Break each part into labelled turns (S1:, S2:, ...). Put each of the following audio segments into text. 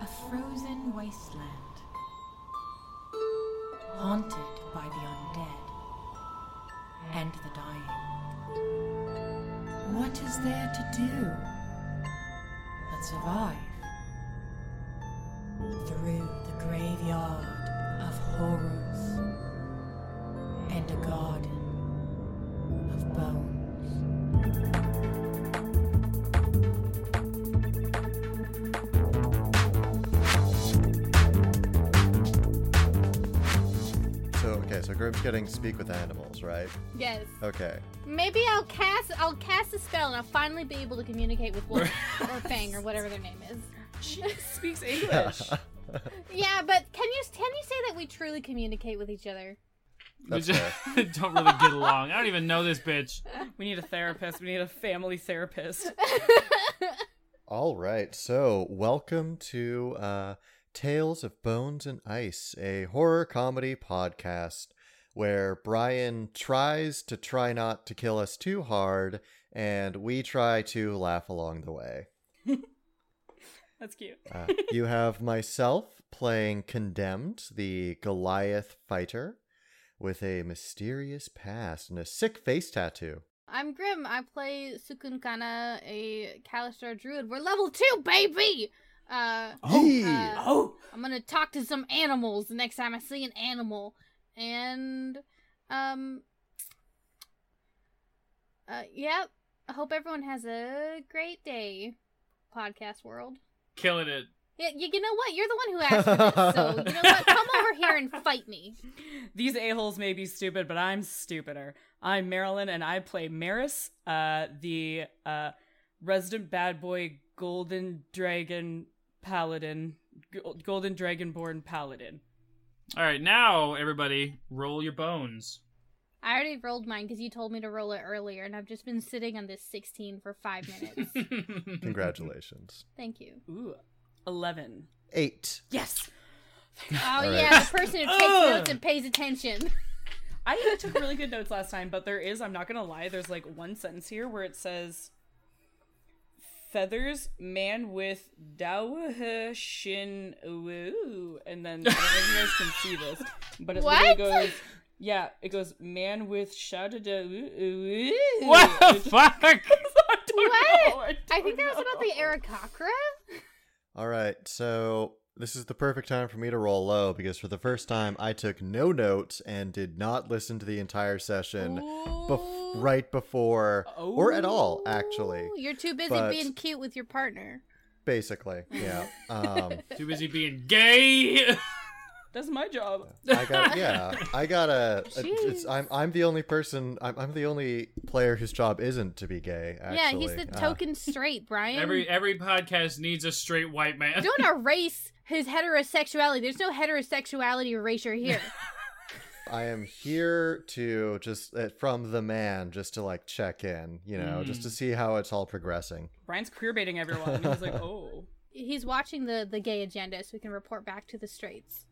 S1: a frozen wasteland, haunted by the undead and the dying. What is there to do but survive through the graveyard of horrors and a garden of bones?
S2: So okay, so Grim's getting speak with animals, right?
S3: Yes.
S2: Okay.
S3: Maybe I'll cast I'll cast a spell and I'll finally be able to communicate with Wolf or Fang or whatever their name is.
S4: She speaks English.
S3: Yeah, but can you can you say that we truly communicate with each other?
S2: That's
S5: we just don't really get along. I don't even know this bitch.
S4: we need a therapist. We need a family therapist.
S2: All right. So welcome to uh, Tales of Bones and Ice, a horror comedy podcast where Brian tries to try not to kill us too hard, and we try to laugh along the way.
S4: That's cute.
S2: Uh, you have myself playing Condemned, the Goliath fighter, with a mysterious past and a sick face tattoo.
S3: I'm Grim. I play Sukunkana, a Kalistar druid. We're level two, baby. Uh,
S2: Yee!
S3: uh,
S4: Oh,
S3: I'm gonna talk to some animals the next time I see an animal, and um, uh, yep. I hope everyone has a great day, podcast world.
S5: Killing it.
S3: Yeah, you, you know what? You're the one who asked for this, so you know what? Come over here and fight me.
S4: these a-holes may be stupid, but I'm stupider. I'm Marilyn, and I play Maris, uh, the uh, resident bad boy, golden dragon paladin, g- golden dragonborn paladin.
S5: All right, now everybody, roll your bones.
S3: I already rolled mine because you told me to roll it earlier, and I've just been sitting on this 16 for five minutes.
S2: Congratulations.
S3: Thank you.
S4: Ooh, eleven.
S2: Eight.
S4: Yes,
S3: Oh
S2: right.
S3: yeah, the person who takes
S4: Ugh.
S3: notes and pays attention.
S4: I took really good notes last time, but there is, I'm not gonna lie, there's like one sentence here where it says Feathers man with Dao Shin Wu and then I don't know if you guys can see this. But it literally
S3: What?
S4: goes Yeah, it goes man with shouted woo
S5: What the fuck?
S3: What?
S2: Oh,
S4: I,
S3: I think that was about the Arakakra.
S2: All right, so this is the perfect time for me to roll low because for the first time I took no notes and did not listen to the entire session bef-
S3: Ooh.
S2: right before or at all actually,
S3: You're too busy
S2: but-
S3: being cute with your partner.
S2: basically. Yeah. Um
S5: Too busy being gay.
S4: That's my job.
S2: I got yeah, I got a it's
S3: Jeez.
S2: I'm I'm the only person I'm I'm the only player whose job isn't to be gay
S3: yeah,
S2: actually.
S3: he's the
S2: Uh,
S3: token straight, Brian.
S5: every every podcast needs a straight white man.
S3: Don't erase his heterosexuality. There's no heterosexuality erasure here.
S2: I am here to just uh, from the man just to like check in, you know, just
S5: Mm.
S2: to see how it's all progressing.
S4: Brian's queer baiting everyone. And he's like, Oh.
S3: He's watching the the gay agenda, so we can report back to the straights.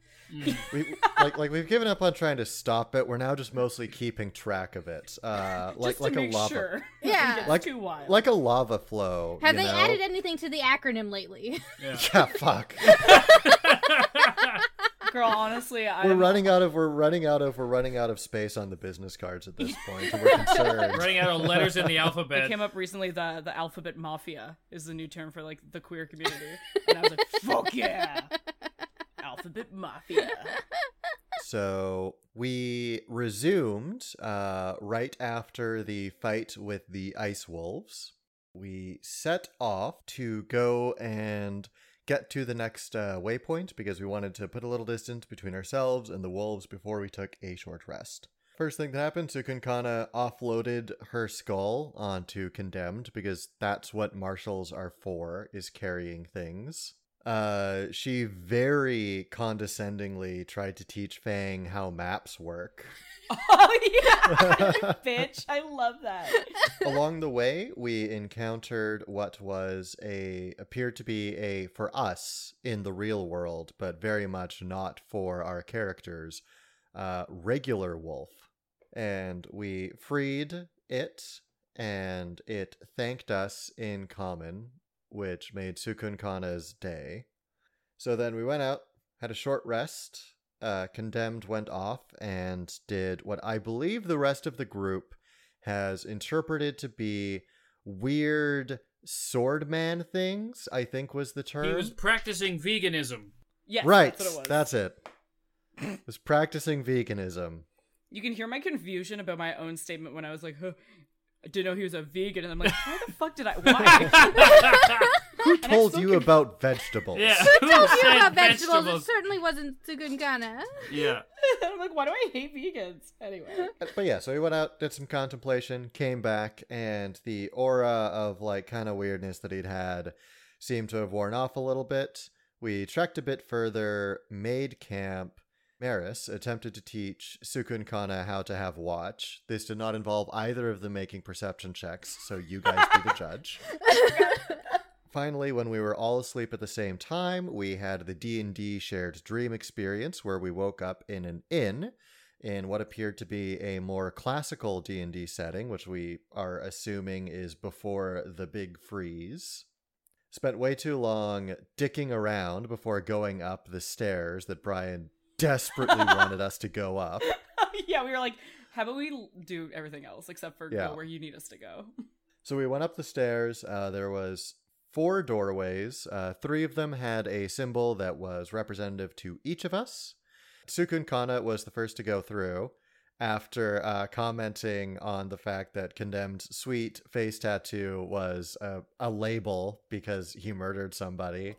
S2: we like like we've given up on trying to stop it. We're now just mostly keeping track of it, uh, like
S4: Just to
S2: like
S4: make
S2: a lava,
S4: sure.
S3: Yeah.
S2: Like-
S4: like, too wild.
S2: like a lava flow.
S3: Have
S2: you
S3: they
S2: know?
S3: added anything to the acronym lately?
S5: Yeah.
S2: Yeah, fuck.
S4: Girl, honestly, I
S2: we're running out of we're running out of we're running out of space on the business cards at this point. and we're concerned.
S5: Running out of letters in the
S4: It
S5: alphabet.
S4: came up recently. The the alphabet mafia is the new term for like the queer community, and I was like, "Fuck yeah, alphabet mafia."
S2: So we resumed uh, right after the fight with the ice wolves. We set off to go and get to the next uh, waypoint because we wanted to put a little distance between ourselves and the wolves before we took a short rest. First thing that happened, Sukunkana offloaded her skull onto Condemned because that's what marshals are for, is carrying things. Uh, she very condescendingly tried to teach Fang how maps work.
S4: Oh yeah, bitch! I love that.
S2: Along the way, we encountered what was a appeared to be a for us in the real world, but very much not for our characters, uh, regular wolf, and we freed it, and it thanked us in common, which made Sukunkana's day. So then we went out, had a short rest. Uh, Condemned went off and did what I believe the rest of the group has interpreted to be weird swordman things. I think was the term.
S5: He was practicing veganism.
S4: Yes,
S2: right.
S4: That's what it was.
S2: it. was practicing veganism.
S4: You can hear my confusion about my own statement when I was like, huh, I didn't know he was a vegan. And I'm like, why the fuck did I? Why?
S2: Who
S4: I'm
S2: told
S4: so
S2: you
S4: conf-
S2: about vegetables?
S5: yeah.
S3: Who told you
S5: said
S3: about vegetables? It certainly wasn't Tsukunkana.
S5: Yeah.
S4: I'm like, why do I hate vegans? Anyway.
S2: Uh, But yeah, so he went out, did some contemplation, came back, and the aura of like kind of weirdness that he'd had seemed to have worn off a little bit. We trekked a bit further, made camp. Maris attempted to teach Sukun Kana how to have watch. This did not involve either of them making perception checks, so you guys be the judge. Finally, when we were all asleep at the same time, we had the D&D shared dream experience where we woke up in an inn in what appeared to be a more classical D&D setting, which we are assuming is before the big freeze. Spent way too long dicking around before going up the stairs that Brian desperately wanted us to go up.
S4: yeah, we were like, how about we l- do everything else except for
S2: Yeah.
S4: go where you need us to go?
S2: So we went up the stairs. Uh, there was four doorways. Uh, three of them had a symbol that was representative to each of us. Tsukun Kana was the first to go through after uh, commenting on the fact that condemned sweet face tattoo was a, a label because he murdered somebody.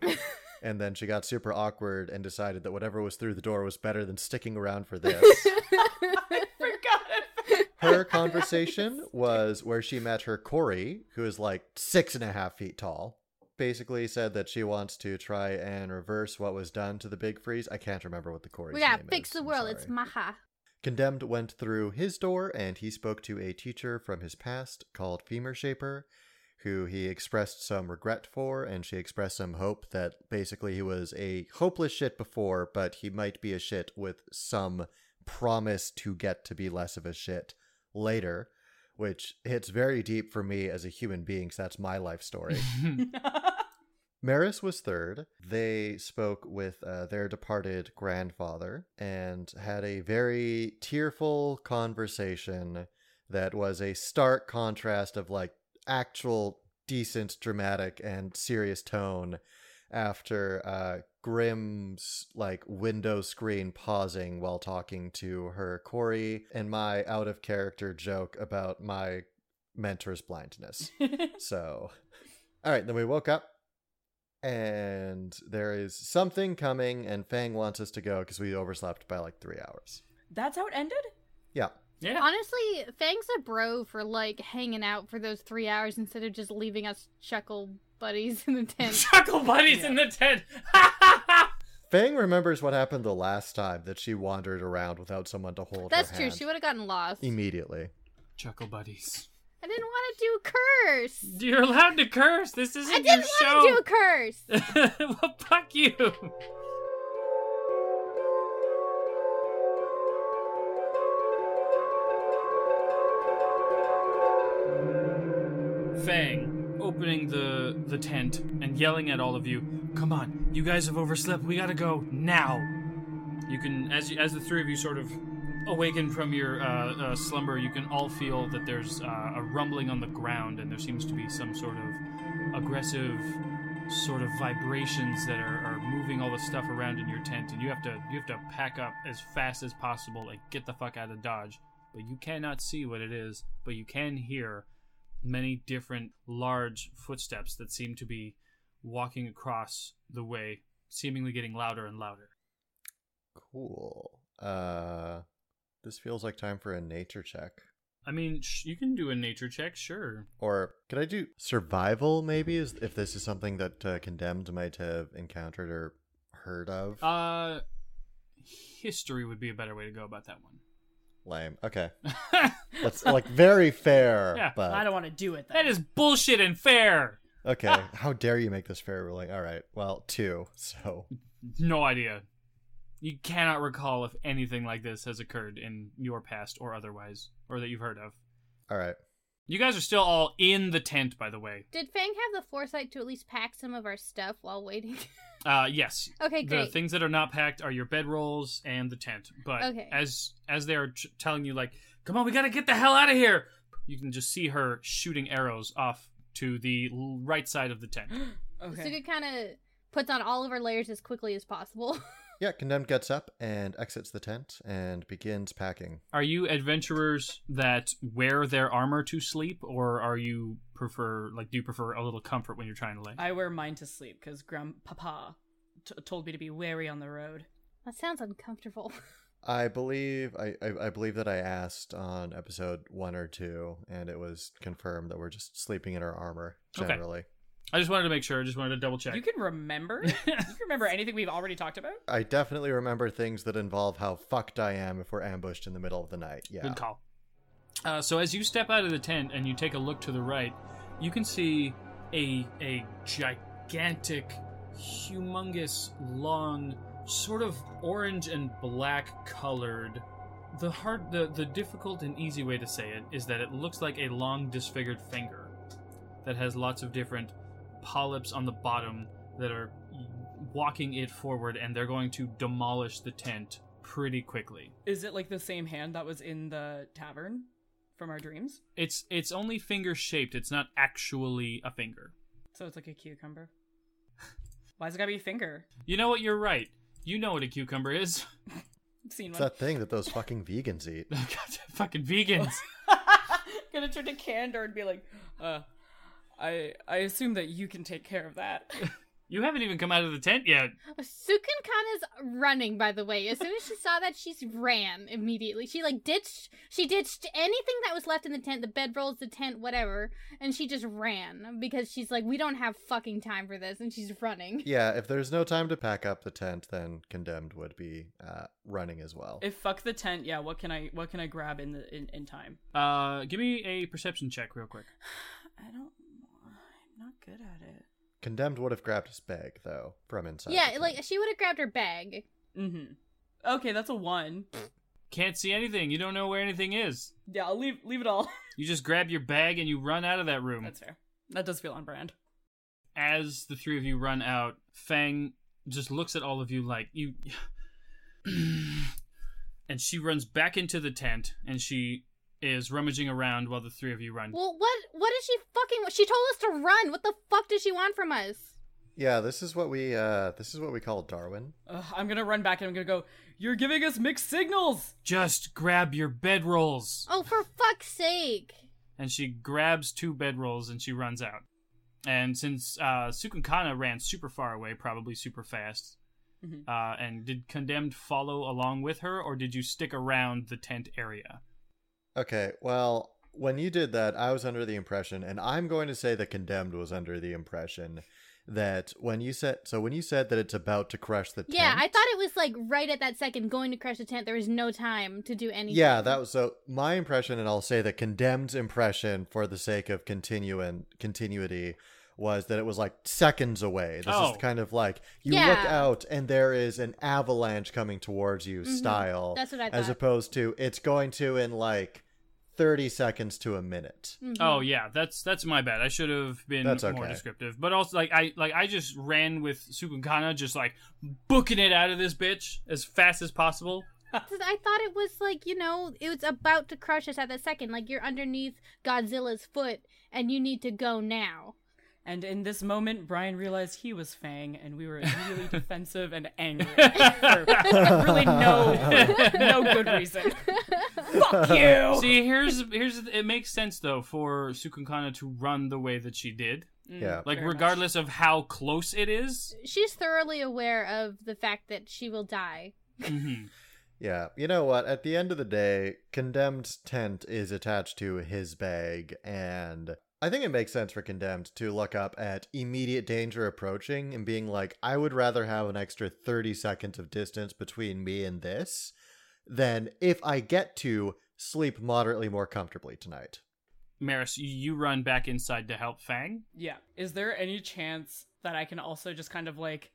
S2: and then she got super awkward and decided that whatever was through the door was better than sticking around for this.
S4: I forgot.
S2: her conversation was where she met her Corey, who is like six and a half feet tall. Basically, said that she wants to try and reverse what was done to the big freeze. I can't remember what the Corey's
S3: we gotta
S2: name
S3: fix
S2: is.
S3: the
S2: I'm
S3: world. It's
S2: sorry.
S3: Maha.
S2: Condemned went through his door and he spoke to a teacher from his past called Femur Shaper, who he expressed some regret for, and she expressed some hope that basically he was a hopeless shit before, but he might be a shit with some promise to get to be less of a shit later, which hits very deep for me as a human being, so that's my life story. Maris was third. They spoke with uh, their departed grandfather and had a very tearful conversation that was a stark contrast of like actual decent dramatic and serious tone after uh, Grimm's like window screen pausing while talking to her Corey and my out of character joke about my mentor's blindness. So, all right, then we woke up and there is something coming, and Fang wants us to go because we overslept by like three hours.
S4: That's how it ended?
S2: Yeah.
S5: Yeah.
S3: Honestly, thanks a bro for like hanging out for those three hours instead of just leaving us chuckle buddies in the tent.
S5: Chuckle buddies in the tent.
S2: Fang remembers what happened the last time that she wandered around without someone to hold
S3: That's
S2: her
S3: true.
S2: hand
S3: She would have gotten lost.
S2: immediately.
S5: Chuckle buddies.
S3: I didn't want to do a curse.
S5: You're allowed to curse. This isn't
S3: I didn't
S5: your
S3: want to do a curse.
S5: show. well, fuck you. Fang opening the the tent and yelling at all of you. Come on, you guys have overslept. We gotta go now. You can, as you, as the three of you sort of awaken from your uh, uh, slumber, you can all feel that there's uh, a rumbling on the ground, and there seems to be some sort of aggressive sort of vibrations that are, are moving all the stuff around in your tent. And you have to you have to pack up as fast as possible, like get the fuck out of Dodge. But you cannot see what it is, but you can hear many different large footsteps that seem to be walking across the way, seemingly getting louder and louder.
S2: Cool. Uh, this feels like time for a nature check.
S5: I mean, sh- you can do a nature check, sure.
S2: Or could I do survival? Maybe is if this is something that uh, condemned might have encountered or heard of.
S5: Uh, history would be a better way to go about that one.
S2: Lame. Okay, that's like very fair.
S5: Yeah,
S2: but
S4: I don't want to do it.
S5: that is bullshit and fair.
S2: Okay. How dare you make this fair ruling? All right. Well, two. So
S5: No idea. You cannot recall if anything like this has occurred in your past or otherwise, or that you've heard of.
S2: all right.
S5: You guys are still all in the tent, by the way.
S3: Did Fang have the foresight to at least pack some of our stuff while waiting?
S5: Uh, yes.
S3: okay,
S5: The
S3: great.
S5: things that are not packed are your bedrolls and the tent. But
S3: Okay.
S5: as as they are t- telling you, like, come on, we gotta get the hell out of here. You can just see her shooting arrows off to the l- right side of the tent.
S4: Okay.
S3: Suka kind of puts on all of her layers as quickly as possible.
S2: Yeah, Condemned gets up and exits the tent and begins packing.
S5: Are you adventurers that wear their armor to sleep, or are you prefer like do you prefer a little comfort when you're trying to lay?
S4: I wear mine to sleep because Grandpapa t- told me to be wary on the road.
S3: that sounds uncomfortable.
S2: I believe I, I, I believe that I asked on episode one or two, and it was confirmed that we're just sleeping in our armor
S5: Okay.
S2: generally.
S5: I just wanted to make sure. I just wanted to double check.
S4: You can remember? you can remember anything we've already talked about?
S2: I definitely remember things that involve how fucked I am if we're ambushed in the middle of the night. Yeah.
S5: Good call. Uh, so as you step out of the tent and you take a look to the right, you can see a a gigantic, humongous, long, sort of orange and black colored. The hard, the the difficult and easy way to say it is that it looks like a long disfigured finger, that has lots of different polyps on the bottom that are walking it forward, and they're going to demolish the tent pretty quickly.
S4: Is it like the same hand that was in the tavern from our dreams?
S5: It's it's only finger shaped. It's not actually a finger.
S4: So it's like a cucumber. Why's it gotta be a finger?
S5: You know what? You're right. You know what a cucumber is.
S4: I've seen
S2: It's
S4: one.
S2: that thing that those fucking vegans eat.
S5: God, fucking vegans.
S4: gonna turn to Candor and be like, uh, I I assume that you can take care of that.
S5: You haven't even come out of the tent yet.
S3: Sukun Kana's running, by the way. As soon as she saw that, she's ran immediately. She like ditched. She ditched anything that was left in the tent, the bedrolls, the tent, whatever, and she just ran because she's like, we don't have fucking time for this, and she's running.
S2: Yeah, if there's no time to pack up the tent, then Condemned would be uh, running as well.
S4: if fuck the tent, yeah, what can I what can I grab in the in, in time?
S5: Uh, give me a perception check real quick.
S4: I don't I'm not good at it.
S2: Condemned would have grabbed his bag, though, from inside. the
S3: yeah,
S2: tent.
S3: like she would have grabbed her bag.
S4: Mm-hmm. Okay, that's a one.
S5: Can't see anything. You don't know where anything is.
S4: Yeah, I'll leave leave it all.
S5: You just grab your bag and you run out of that room.
S4: That's fair. That does feel on brand.
S5: as the three of you run out, Fang just looks at all of you like you and she runs back into the tent and she is rummaging around while the three of you run.
S3: Well, what? What is she fucking? She told us to run. What the fuck does she want from us?
S2: yeah, this is what we uh, this is what we call Darwin.
S4: Ugh, I'm gonna run back and I'm gonna go. You're giving us mixed signals.
S5: Just grab your bedrolls.
S3: Oh, for fuck's sake!
S5: and she grabs two bedrolls and she runs out. And since uh, Sukunkana ran super far away, probably super fast,
S4: Mhm.
S5: uh, and did Condemned follow along with her, or did you stick around the tent area?
S2: Okay, well, when you did that, I was under the impression, and I'm going to say that Condemned was under the impression that when you said so when you said that it's about to crush the
S3: Yeah,
S2: tent,
S3: I thought it was like right at that second going to crush the tent. There was no time to do anything.
S2: Yeah, that was so my impression, and I'll say the condemned's impression for the sake of continuing continuity was that it was like seconds away. This
S5: Oh.
S2: is kind of like you look
S3: Yeah.
S2: out and there is an avalanche coming towards you style.
S3: Mm-hmm. That's what I
S2: As
S3: thought.
S2: opposed to it's going to in like thirty seconds to a minute.
S5: Oh yeah, that's that's my bad. I should have been
S2: That's
S5: more
S2: okay.
S5: descriptive. But also, like I like I just ran with Sukunkana, just like booking it out of this bitch as fast as possible.
S3: Because I thought it was like, you know, it was about to crush us at the second. Like, you're underneath Godzilla's foot and you need to go now.
S4: And in this moment, Brian realized he was Fang, and we were immediately defensive and angry for really no no good reason. Fuck you.
S5: See, here's here's it makes sense though for Sukunkana to run the way that she did.
S2: Yeah.
S5: Like
S4: Mm, Very much.
S5: regardless of how close it is,
S3: She's thoroughly aware of the fact that she will die.
S5: mm-hmm.
S2: Yeah. You know what? At the end of the day, Condemned's tent is attached to his bag, and I think it makes sense for Condemned to look up at immediate danger approaching and being like, I would rather have an extra 30 seconds of distance between me and this than if I get to sleep moderately more comfortably tonight.
S5: Maris, you- you run back inside to help Fang.
S4: Yeah. Is there any chance that I can also just kind of like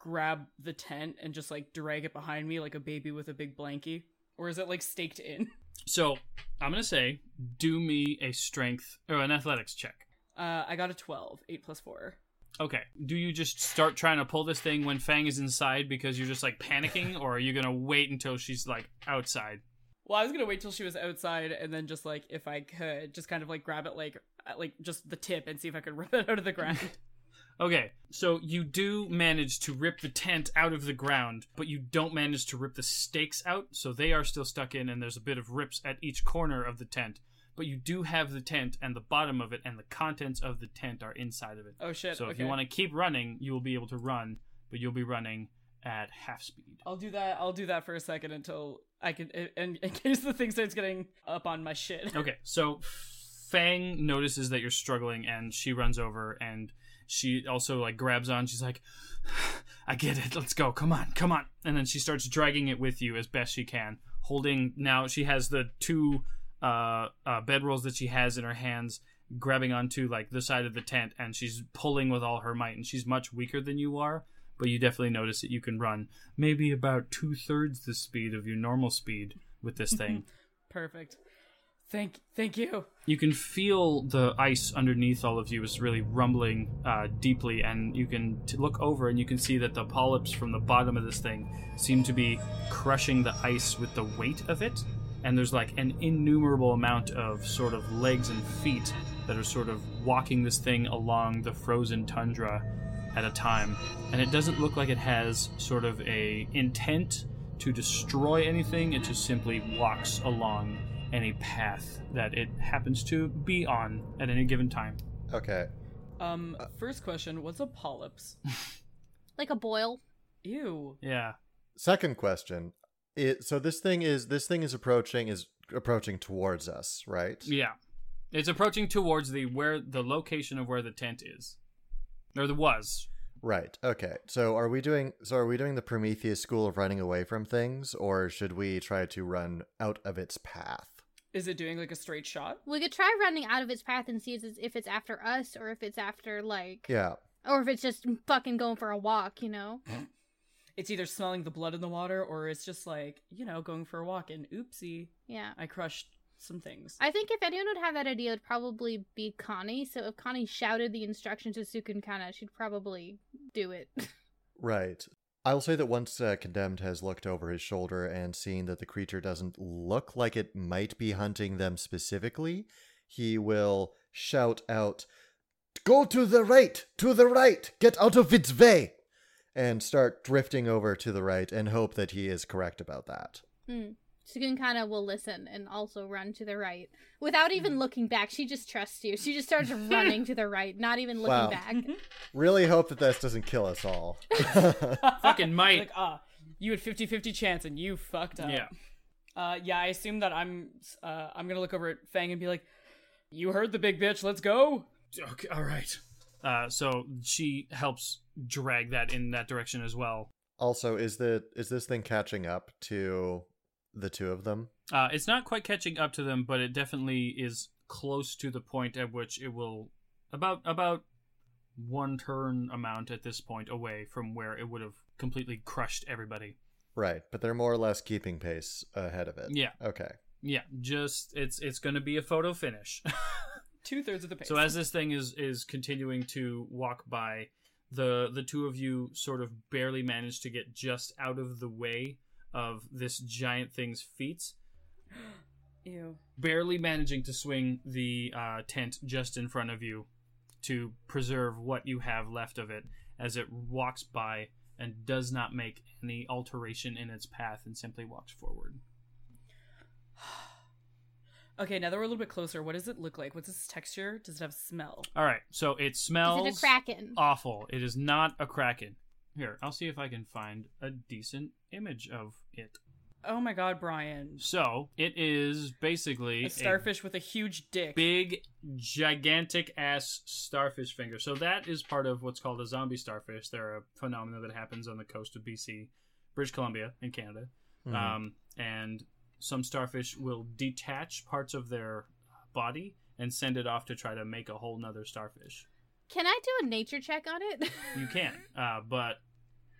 S4: grab the tent and just like drag it behind me like a baby with a big blankie? Or is it like staked in?
S5: So I'm gonna say, do me a strength or an athletics check.
S4: Uh, I got a 12, 8 plus 4.
S5: Okay. Do you just start trying to pull this thing when Fang is inside because you're just like panicking, or are you gonna wait until she's like outside?
S4: Well, I was gonna wait till she was outside and then just like if I could, just kind of like grab it like uh, like just the tip and see if I could rip it out of the ground.
S5: Okay, so you do manage to rip the tent out of the ground, but you don't manage to rip the stakes out, so they are still stuck in, and there's a bit of rips at each corner of the tent. But you do have the tent and the bottom of it, and the contents of the tent are inside of it.
S4: oh shit.
S5: so if
S4: okay.
S5: you want to keep running, you will be able to run, but you'll be running at half speed.
S4: I'll do that. I'll do that for a second until I can in, in case the thing starts getting up on my shit.
S5: Okay, so Fang notices that you're struggling, and she runs over, and she also like grabs on. She's like, "I get it. Let's go. Come on, come on!" And then she starts dragging it with you as best she can, holding. Now she has the two uh, uh, bedrolls that she has in her hands, grabbing onto like the side of the tent, and she's pulling with all her might. And she's much weaker than you are. But you definitely notice that you can run maybe about two thirds the speed of your normal speed with this thing.
S4: Perfect. Thank thank you.
S5: You can feel the ice underneath all of you is really rumbling uh, deeply, and you can t- look over and you can see that the polyps from the bottom of this thing seem to be crushing the ice with the weight of it. And there's like an innumerable amount of sort of legs and feet that are sort of walking this thing along the frozen tundra at a time. And it doesn't look like it has sort of a intent to destroy anything. It just simply walks along any path that it happens to be on at any given time.
S2: Okay.
S4: Um first question, what's a polyps?
S3: Like a boil.
S4: Ew.
S5: Yeah.
S2: Second question. It, so this thing is this thing is approaching is approaching towards us, right?
S5: Yeah. It's approaching towards the where the location of where the tent is. Or the was.
S2: Right. Okay. So are we doing so are we doing the Prometheus school of running away from things or should we try to run out of its path?
S4: Is it doing like a straight shot?
S3: We could try running out of its path and see if it's- if it's after us or if it's after like
S2: Yeah.
S3: or if it's just fucking going for a walk, you know?
S4: It's either smelling the blood in the water or it's just like, you know, going for a walk and oopsie,
S3: Yeah.
S4: I crushed some things.
S3: I think if anyone would have that idea, it would probably be Connie. So if Connie shouted the instructions to Sukunkana, she'd probably do it.
S2: Right. I will say that once uh, Condemned has looked over his shoulder and seen that the creature doesn't look like it might be hunting them specifically, he will shout out, Go to the right! To the right! Get out of its way! And start drifting over to the right and hope that he is correct about that.
S3: Hmm. Sukunkana will listen and also run to the right without even looking back. She just trusts you. She just starts running to the right, not even looking
S2: Wow.
S3: back.
S2: Really hope that this doesn't kill us all.
S5: Fucking might.
S4: like, ah, you had 50-50 chance and you fucked up.
S5: Yeah.
S4: Uh, yeah, I assume that I'm uh, I'm gonna look over at Fang and be like, "You heard the big bitch. Let's go."
S5: Okay, all right. Uh, so she helps drag that in that direction as well.
S2: also, is the is this thing catching up to the two of them?
S5: Uh, it's not quite catching up to them, but it definitely is close to the point at which it will about about one turn amount at this point away from where it would have completely crushed everybody.
S2: Right, but they're more or less keeping pace ahead of it.
S5: Yeah. Uh,
S2: Okay.
S5: Yeah, just it's it's going to be a photo finish.
S4: Two thirds of the pace.
S5: so as this thing is is continuing to walk by, the the two of you sort of barely manage to get just out of the way of this giant thing's feet,
S4: Ew.
S5: barely managing to swing the uh, tent just in front of you to preserve what you have left of it as it walks by and does not make any alteration in its path and simply walks forward.
S4: Okay, now that we're a little bit closer, what does it look like? What's its texture? Does it have smell?
S5: All right, so it
S3: Is
S5: smells.
S3: it a kraken?
S5: awful. It is not a kraken. Here, I'll see if I can find a decent image of it.
S4: Oh my god, Brian!
S5: So it is basically
S4: A starfish with a huge dick.
S5: big, gigantic ass starfish finger. So that is part of what's called a zombie starfish. They're a phenomenon that happens on the coast of BC, British Columbia, in Canada.
S2: Mhm.
S5: Um, and some starfish will detach parts of their body and send it off to try to make a whole nother starfish.
S3: Can I do a nature check on it?
S5: You can, uh, but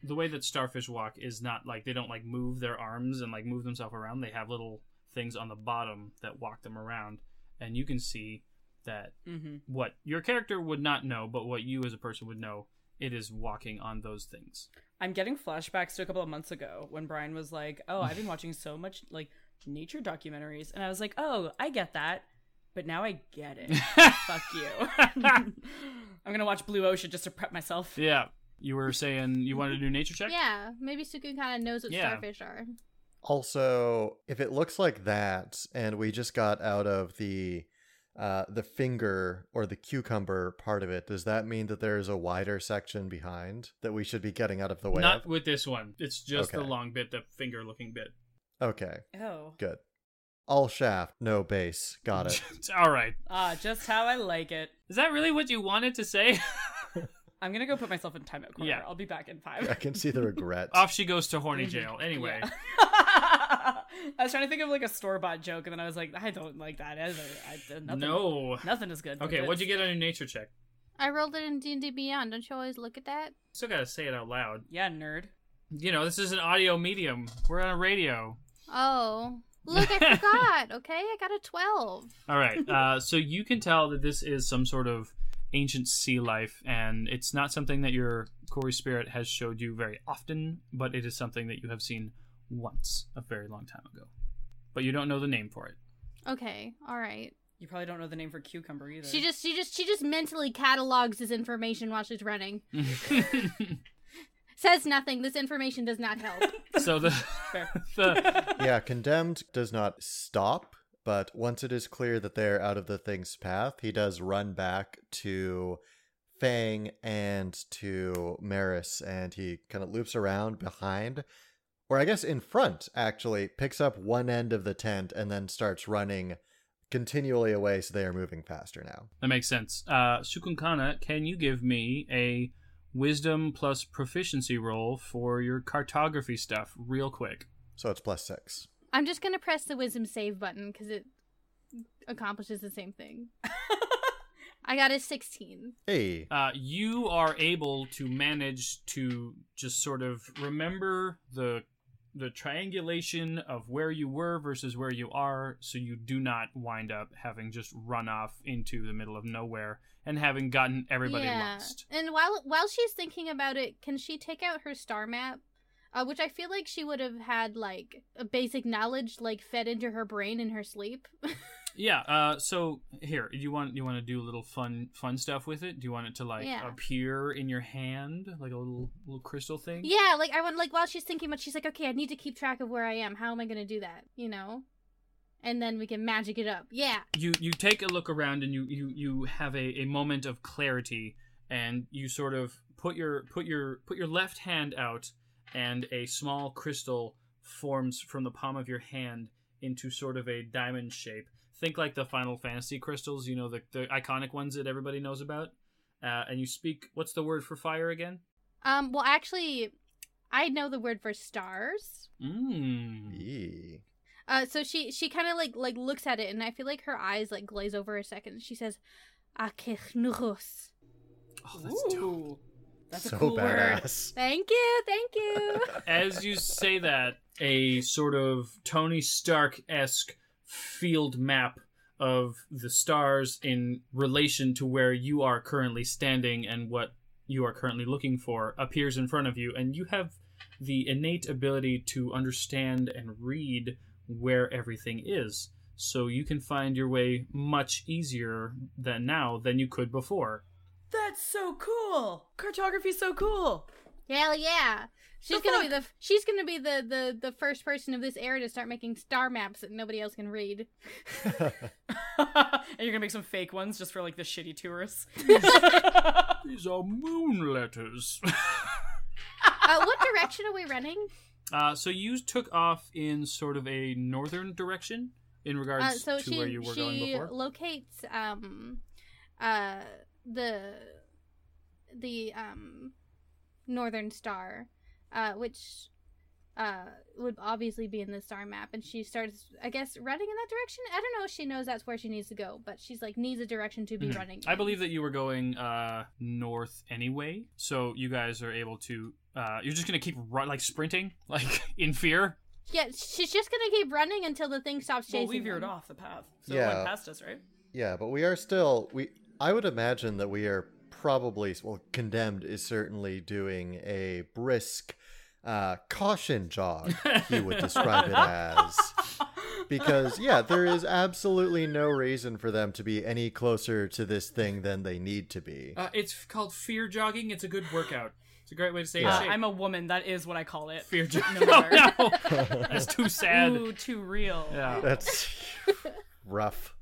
S5: the way that starfish walk is not like they don't like move their arms and like move themselves around. They have little things on the bottom that walk them around, and you can see that
S4: Mm-hmm.
S5: what your character would not know, but what you as a person would know, it is walking on those things.
S4: I'm getting flashbacks to a couple of months ago when Brian was like, "Oh, I've been watching so much like nature documentaries," and I was like, "Oh, I get that, but now I get it. Fuck you. I'm gonna watch Blue Ocean just to prep myself."
S5: yeah, you were saying you wanted to do nature check.
S3: Yeah, maybe Suku kind of knows what
S5: Yeah.
S3: starfish are.
S2: Also, if it looks like that, and we just got out of the uh, the finger or the cucumber part of it, does that mean that there is a wider section behind that we should be getting out of the way
S5: Not
S2: of?
S5: with this one. It's just the
S2: Okay.
S5: long bit, the finger looking bit.
S2: Okay,
S4: Oh,
S2: good. All shaft, no base. Got it.
S5: All right.
S4: ah, just how I like it.
S5: Is that really what you wanted to say?
S4: I'm gonna go put myself in timeout corner.
S5: Yeah.
S4: I'll be back in five.
S2: I can see the regret.
S5: Off she goes to horny jail. Anyway.
S4: Yeah. I was trying to think of like a store bought joke, and then I was like, I don't like that. as I, I, uh, nothing,
S5: No.
S4: nothing is good. with
S5: Okay,
S4: it.
S5: what'd you get on your nature check?
S3: I rolled it in D and D Beyond. Don't you always look at that?
S5: Still gotta say it out loud.
S4: Yeah, nerd.
S5: You know, this is an audio medium. We're on a radio.
S3: Oh, look, I forgot. Okay, I got a twelve.
S5: All right. Uh, so you can tell that this is some sort of ancient sea life, and it's not something that your Corey spirit has showed you very often, but it is something that you have seen once a very long time ago. But you don't know the name for it.
S3: Okay, all right.
S4: You probably don't know the name for cucumber either.
S3: She just, she just, she just mentally catalogs this information while she's running. Says nothing. This information does not help.
S5: so the,
S4: Fair.
S5: the
S2: yeah, condemned does not stop, but once it is clear that they're out of the thing's path, he does run back to Fang and to Maris, and he kind of loops around behind, or I guess in front, actually, picks up one end of the tent and then starts running continually away, so they are moving faster now.
S5: that makes sense. Uh, Sukunkana, can you give me a wisdom plus proficiency roll for your cartography stuff, real quick?
S2: So it's plus six.
S3: I'm just gonna press the wisdom save button because it accomplishes the same thing. I got a sixteen.
S2: Hey.
S5: uh, you are able to manage to just sort of remember the the triangulation of where you were versus where you are so you do not wind up having just run off into the middle of nowhere and having gotten everybody lost
S3: And while while she's thinking about it, can she take out her star map? Uh, which I feel like she would have had like a basic knowledge like fed into her brain in her sleep.
S5: yeah uh, so here you want you want to do a little fun fun stuff with it do you want it to like
S3: Yeah.
S5: appear in your hand like a little little crystal thing
S3: yeah, like I want like while she's thinking about she's like, Okay, I need to keep track of where I am. How am I gonna do that? You know? And then we can magic it up. Yeah.
S5: you you take a look around and you you you have a, a moment of clarity and you sort of put your put your put your left hand out and a small crystal forms from the palm of your hand into sort of a diamond shape think like the final fantasy crystals you know the, the iconic ones that everybody knows about uh, and you speak what's the word for fire again
S3: Um, well actually I know the word for stars.
S5: mm.
S2: Yee.
S3: Uh, so she she kind of like like looks at it, and I feel like her eyes like glaze over a second. She says, "Akechnuros."
S5: oh that's dope
S4: Ooh. That's a
S2: so
S4: cool word.
S2: badass.
S3: Thank you, thank you.
S5: As you say that, a sort of Tony Stark esque field map of the stars in relation to where you are currently standing and what you are currently looking for appears in front of you, and you have the innate ability to understand and read where everything is. So you can find your way much easier than now than you could before.
S4: That's so cool. Cartography's so cool.
S3: Hell yeah! She's
S4: The
S3: gonna be the she's gonna be the the the first person of this era to start making star maps that nobody else can read.
S4: and you're gonna make some fake ones just for like the shitty tourists.
S5: These are moon letters.
S3: Uh, what direction are we running?
S5: Uh, so you took off in sort of a northern direction in regards
S3: Uh, so
S5: to where
S3: she
S5: you were going
S3: she
S5: before.
S3: locates um uh the the um northern star uh which uh would obviously be in the star map and she starts I guess running in that direction. I don't know if she knows that's where she needs to go, but she's like needs a direction to be
S5: Mhm.
S3: running.
S5: I
S3: in.
S5: believe that you were going uh, north anyway, so you guys are able to. Uh, you're just gonna keep ru- like sprinting, like in fear.
S3: Yeah, she's just gonna keep running until the thing stops chasing.
S4: Well, we veered
S3: them.
S4: off the path, so it
S2: Yeah.
S4: went past us, right?
S2: Yeah, but we are still we I would imagine that we are probably well condemned is certainly doing a brisk uh caution jog he would describe it as because yeah there is absolutely no reason for them to be any closer to this thing than they need to be
S5: Uh, it's f- called fear jogging. It's a good workout. It's a great way to stay in
S4: Uh,
S5: shape.
S4: I'm a woman. That is what I call it.
S5: fear jogging.
S4: No matter.
S5: no, that's too sad.
S4: Ooh, too real.
S5: Yeah.
S2: that's rough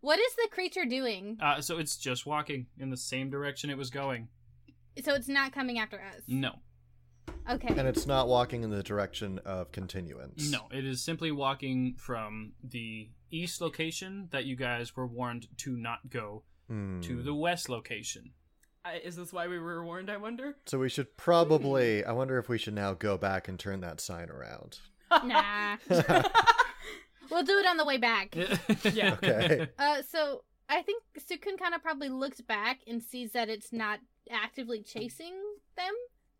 S3: What is the creature doing?
S5: Uh, so it's just walking in the same direction it was going.
S3: So it's not coming after us.
S5: No,
S3: Okay.
S2: and it's not walking in the direction of continuance
S5: no, it is simply walking from the east location that you guys were warned to not go
S2: Hmm.
S5: to the west location.
S4: I, Uh, is this why we were warned? I wonder.
S2: so we should probably i wonder if we should now go back and turn that sign around
S3: nah. we'll do it on the way back.
S5: yeah.
S2: Okay.
S3: Uh, so I think Sukun kind of probably looks back and sees that it's not actively chasing them,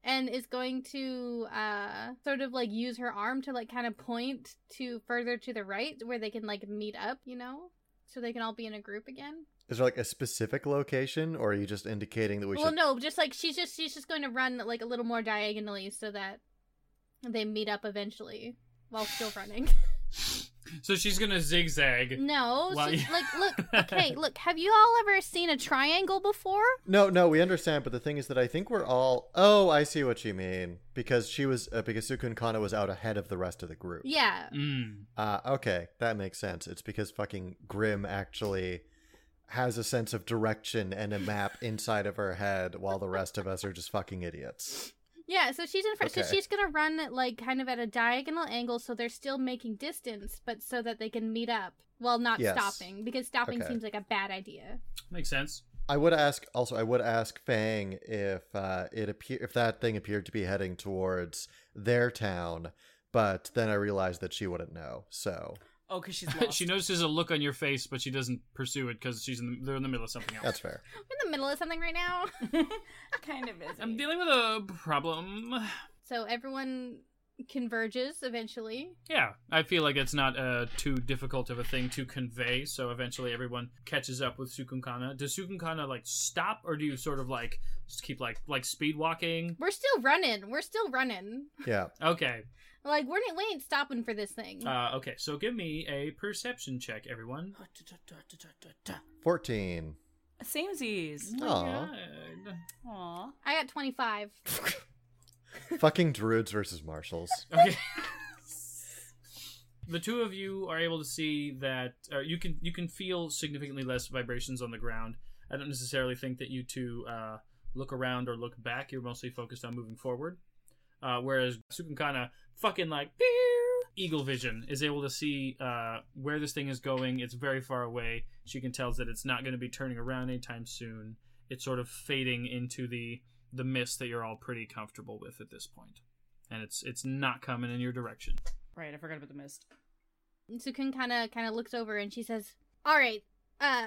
S3: and is going to uh sort of like use her arm to like kind of point to further to the right where they can like meet up, you know, so they can all be in a group again.
S2: Is there like a specific location, or are you just indicating that we
S3: well,
S2: should?
S3: no, just like she's just she's just going to run like a little more diagonally so that they meet up eventually while still running.
S5: So she's gonna zigzag.
S3: no,
S5: Well,
S3: she's
S5: yeah.
S3: like look, okay, look, have you all ever seen a triangle before?
S2: No, no, we understand. But the thing is that I think we're all. Oh, I see what you mean. Because she was uh, because Sukun Kana was out ahead of the rest of the group.
S3: Yeah.
S5: Mm.
S2: Uh, okay, that makes sense. It's because fucking Grim actually has a sense of direction and a map inside of her head, while the rest of us are just fucking idiots.
S3: Yeah, so she's in front. So
S2: Okay.
S3: she's gonna run like kind of at a diagonal angle, so they're still making distance, but so that they can meet up while not
S2: Yes.
S3: stopping, because stopping
S2: Okay.
S3: seems like a bad idea.
S5: Makes sense.
S2: I would ask also. I would ask Fang if uh, it appear if that thing appeared to be heading towards their town. But then I realized that she wouldn't know. So
S4: Oh, because she's lost.
S5: she notices a look on your face, but she doesn't pursue it because she's in the, they're in the middle of something else.
S2: that's fair.
S3: We're in the middle of something right now,
S4: kind of busy.
S5: I'm dealing with a problem.
S3: so everyone converges eventually.
S5: Yeah, I feel like it's not uh, too difficult of a thing to convey. So eventually, everyone catches up with Sukunkana. Does Sukunkana like stop, or do you sort of like just keep like like speed walking?
S3: We're still running. We're still running.
S2: Yeah.
S5: Okay,
S3: Like we're not, we ain't stopping for this thing.
S5: uh, okay. So give me a perception check, everyone.
S2: Fourteen.
S4: Samesies.
S2: Aw.
S5: God.
S4: Aw.
S3: I got twenty five.
S2: Fucking druids versus marshals.
S5: Okay. the two of you are able to see that uh, you can you can feel significantly less vibrations on the ground. I don't necessarily think that you two uh, look around or look back. You're mostly focused on moving forward. Uh, whereas Sukunkana, fucking like pew, eagle vision, is able to see uh, where this thing is going. It's very far away. She can tell that it's not going to be turning around anytime soon. It's sort of fading into the the mist that you're all pretty comfortable with at this point and it's it's not coming in your direction.
S4: Right, I forgot about the mist.
S3: Sukun kind of kind of looks over and she says, "All right, uh,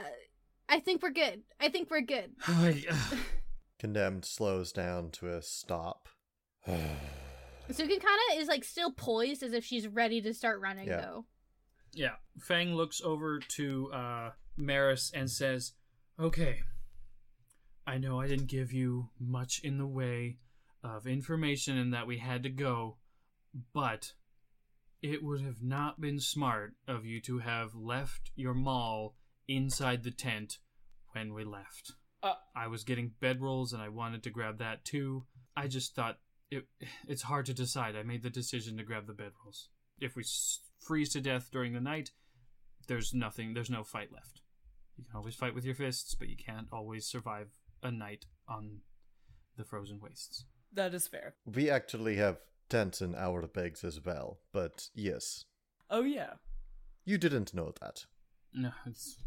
S3: I think we're good. I think we're good."
S2: Condemned slows down to a stop.
S3: Sukun kind of is like still poised as if she's ready to start running
S2: Yeah.
S3: though.
S5: yeah, Fang looks over to uh, Maris and says, "Okay, I know I didn't give you much in the way of information and that we had to go, but it would have not been smart of you to have left your maul inside the tent when we left.
S4: Uh.
S5: I was getting bedrolls and I wanted to grab that too. I just thought it it's hard to decide. I made the decision to grab the bedrolls. If we s- freeze to death during the night, there's nothing, there's no fight left. You can always fight with your fists, but you can't always survive a night on the frozen wastes.
S4: That is fair.
S2: we actually have tents in our bags as well, but yes,
S4: Oh yeah.
S2: you didn't know that.
S5: No, it's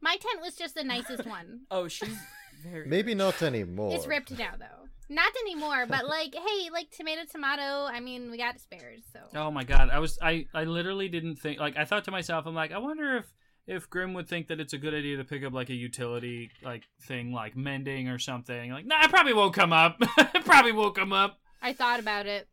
S3: My tent was just the nicest one.
S4: Oh, she's very.
S2: Maybe not anymore.
S3: It's ripped now though. Not anymore, but like, hey, like tomato, tomato. I mean, we got spares, so
S5: oh my god. I was I I literally didn't think like I thought to myself, I'm like, I wonder if if Grim would think that it's a good idea to pick up like a utility like thing like mending or something. Like, nah, it probably won't come up. it probably won't come up.
S3: I thought about it.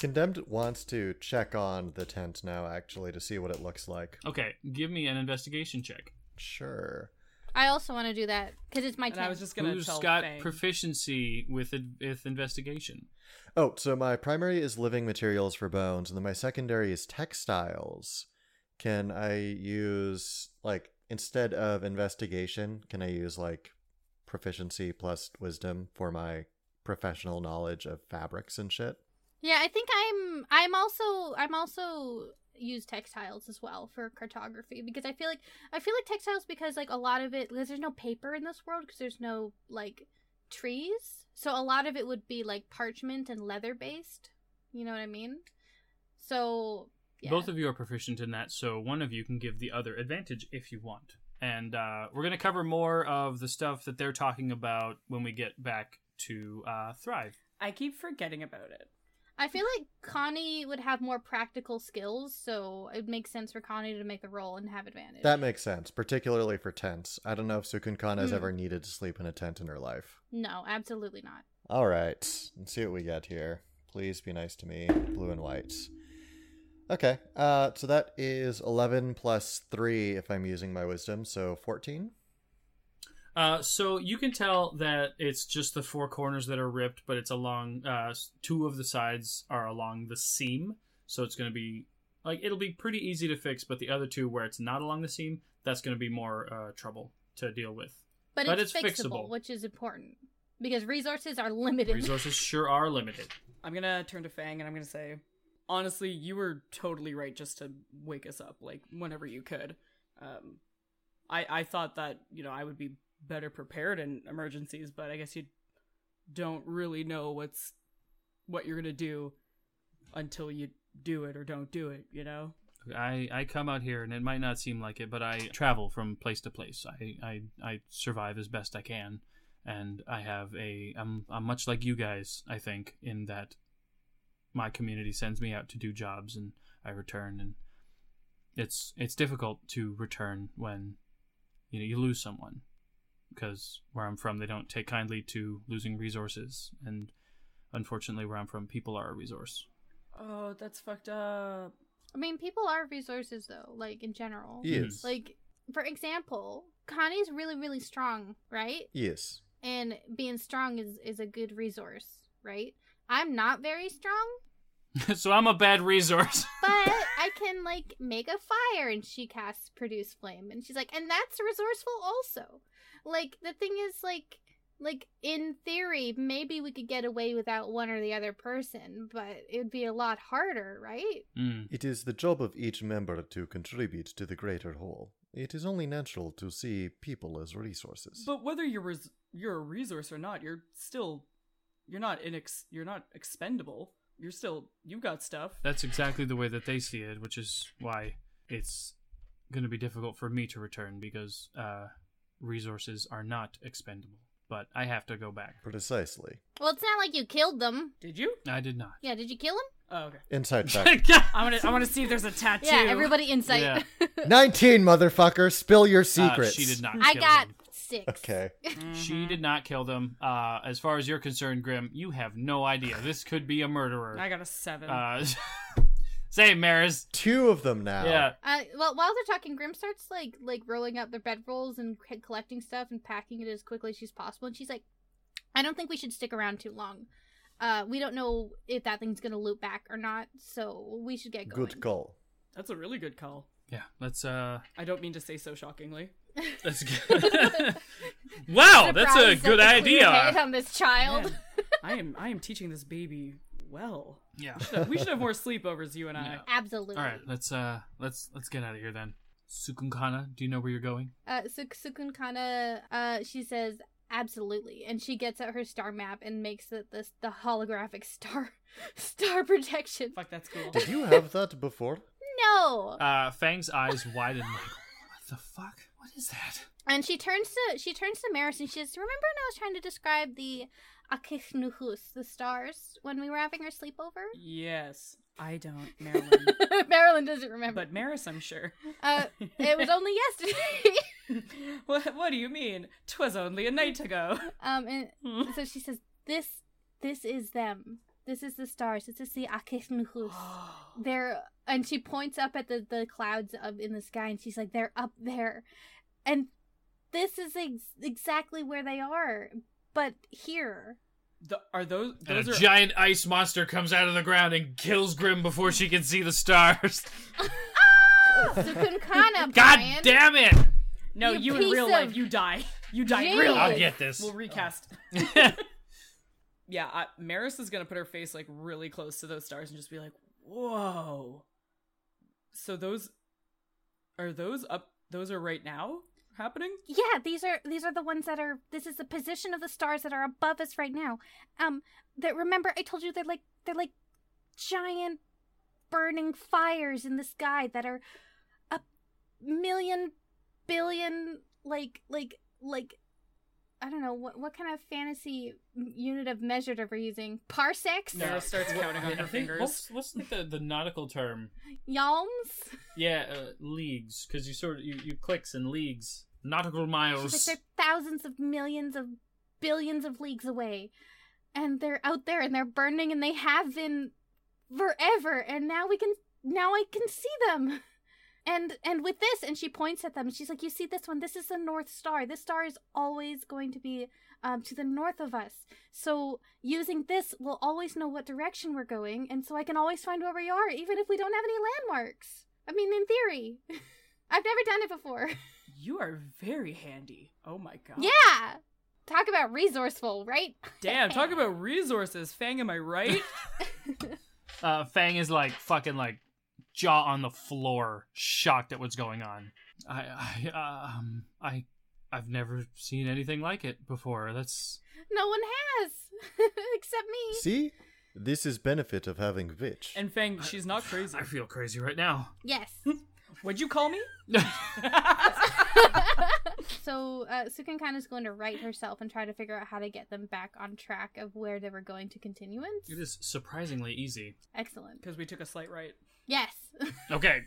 S2: Condemned wants to check on the tent now, actually, to see what it looks like.
S5: Okay, give me an investigation check.
S2: Sure.
S3: I also want to do that because it's my
S4: And I
S3: tent.
S4: was just gonna
S5: Who's
S4: tell
S5: got
S4: Fang.
S5: proficiency with in- with investigation?
S2: Oh, so my primary is living materials for bones, and then my secondary is textiles. Can I use, like, instead of investigation, can I use, like, proficiency plus wisdom for my professional knowledge of fabrics and shit?
S3: Yeah, I think I'm. I'm also. I'm also use textiles as well for cartography because I feel like I feel like textiles because like a lot of it because there's no paper in this world because there's no like trees, so a lot of it would be like parchment and leather based. You know what I mean? So yeah.
S5: Both of you are proficient in that, so one of you can give the other advantage if you want. And uh, we're gonna cover more of the stuff that they're talking about when we get back to uh, Thrive.
S4: I keep forgetting about it.
S3: I feel like Connie would have more practical skills, so it makes sense for Connie to make the roll and have advantage.
S2: That makes sense, particularly for tents. I don't know if Sukun Khan has
S3: Hmm.
S2: ever needed to sleep in a tent in her life.
S3: no, absolutely not.
S2: All right, let's see what we get here. Please be nice to me, blue and white. Okay, uh, so that is 11 plus 3 if I'm using my wisdom, so 14.
S5: Uh, so you can tell that it's just the four corners that are ripped, but it's along uh, s- two of the sides are along the seam, so it's gonna be like it'll be pretty easy to fix, but the other two where it's not along the seam, that's gonna be more uh, trouble to deal with.
S3: But,
S5: But
S3: it's,
S5: it's
S3: fixable,
S5: fixable.
S3: which is important because resources are limited.
S5: Resources sure are limited.
S4: I'm gonna turn to Fang and I'm gonna say, honestly, you were totally right just to wake us up, like whenever you could. Um, I I thought that you know I would be better prepared in emergencies, but I guess you don't really know what's what you're gonna do until you do it or don't do it. You know.
S5: I, I come out here and it might not seem like it, but I travel from place to place. I, I, I survive as best I can, and I have a I'm I'm much like you guys. I think in that my community sends me out to do jobs, and I return, and it's it's difficult to return when you know you lose someone because where I'm from they don't take kindly to losing resources, and unfortunately where I'm from people are a resource.
S4: Oh, that's fucked up.
S3: I mean, people are resources though, like in general.
S2: Yes.
S3: Like, for example, Connie's really, really strong, right?
S2: Yes.
S3: And being strong is, is a good resource, right? I'm not very strong,
S5: so I'm a bad resource.
S3: but I can, like, make a fire and she casts produce flame. And she's like, and that's resourceful also. Like, the thing is, like, like in theory, maybe we could get away without one or the other person, but it would be a lot harder, right?
S5: Mm.
S2: It is the job of each member to contribute to the greater whole. It is only natural to see people as resources.
S4: But whether you're res- you're a resource or not, you're still you're not inex you're not expendable. You're still you've got stuff.
S5: That's exactly the way that they see it, which is why it's going to be difficult for me to return because uh, resources are not expendable. But I have to go back.
S2: Precisely.
S3: Well, it's not like you killed them.
S4: Did you?
S5: I did not.
S3: Yeah, did you kill them?
S4: Oh, okay.
S2: Inside check.
S5: Uh,
S4: I want to. I want to see if there's a tattoo.
S3: Yeah, everybody insight.
S5: Yeah.
S2: 19, motherfucker! Spill your secrets!
S5: Ah, Uh, she did not.
S3: I
S5: kill
S3: got
S5: Them.
S3: six.
S2: Okay.
S4: Mm-hmm.
S5: She did not kill them. Uh, as far as you're concerned, Grim, you have no idea. This could be a murderer.
S4: I got a seven.
S5: Uh, same, Maris.
S2: Two of them now.
S5: Yeah.
S3: Uh, well, while they're talking, Grim starts like like rolling up their bedrolls and c- collecting stuff and packing it as quickly as she's possible. And she's like, "I don't think we should stick around too long. Uh, we don't know if that thing's gonna loop back or not, so we should get going."
S2: Good call.
S4: That's a really good call.
S5: Yeah. Let's. Uh,
S4: I don't mean to say so shockingly.
S5: let's. wow, that's a
S3: Surprised
S5: good
S3: at the clear head
S5: idea.
S3: on this child.
S4: Man, I am. I am teaching this baby well.
S5: Yeah.
S4: We should have more sleepovers, you and I.
S5: Yeah.
S3: Absolutely.
S5: All right, let's uh let's let's get out of here then. Sukunkana, do you know where you're going?
S3: Uh, Suk- Sukunkana, uh, she says, absolutely. And she gets out her star map and makes it this, the holographic star star protection.
S4: Fuck, that's cool.
S2: Did you have that before?
S3: No!
S5: Uh, Fang's eyes widen. Like, what the fuck? What is that?
S3: and she turns to she turns to Maris and she says, remember when I was trying to describe the Akishnuhus, the stars, when we were having our sleepover?
S4: Yes, I don't, Marilyn.
S3: Marilyn doesn't remember.
S4: but Maris, I'm sure.
S3: uh, it was only yesterday.
S4: what, what do you mean? 'Twas only a night ago.
S3: um, and so she says, this, this is them. This is the stars. This is the Akisnuhus. they're and she points up at the the clouds up in the sky, and she's like, "They're up there," and this is ex- exactly where they are, but here.
S4: The, are those
S5: And
S4: those
S5: a
S4: are
S5: giant ice monster comes out of the ground and kills Grim before she can see the stars.
S3: Ah! Sukunkana,
S5: God
S3: Brian.
S5: damn it!
S4: no
S3: you
S4: you in
S3: piece
S4: real
S3: of
S4: life you die you die in real
S3: genius.
S5: I'll
S4: life
S5: get this.
S4: we'll recast yeah I, Maris is gonna put her face like really close to those stars and just be like whoa so those are those up those are right now happening
S3: Yeah, these are these are the ones that are. This is the position of the stars that are above us right now. Um, that remember I told you they're like they're like giant burning fires in the sky that are a million billion like like like I don't know what what kind of fantasy m- unit of measured are we using? Parsecs,
S4: Mara starts counting on
S5: I
S4: her
S5: think-
S4: fingers
S5: What's, what's like the, the nautical term?
S3: yalms.
S5: Yeah, uh, leagues. Because you sort of you, you clicks and leagues, nautical
S3: She's
S5: miles.
S3: like they're thousands of millions of billions of leagues away, and they're out there and they're burning and they have been forever. And now we can now I can see them. And and with this, and she points at them. She's like, "You see this one? This is the North Star. This star is always going to be um, to the north of us. So using this, we'll always know what direction we're going, and so I can always find where we are, even if we don't have any landmarks. I mean, in theory, I've never done it before."
S4: you are very handy oh my god
S3: Yeah. Talk about resourceful, right?
S4: damn talk about resources Fang am I right
S5: Uh, Fang is like fucking like jaw on the floor, shocked at what's going on. I I um I I've never seen anything like it before. That's
S3: No one has except me.
S2: See? This is benefit of having witch.
S4: and Fang she's not crazy
S5: I feel crazy right now.
S3: Yes.
S4: would you call me
S3: so uh, Sukunkan is going to write herself and try to figure out how to get them back on track of where they were going to continuance.
S5: It is surprisingly easy.
S3: Excellent.
S4: because we took a slight right
S3: Yes.
S5: Okay,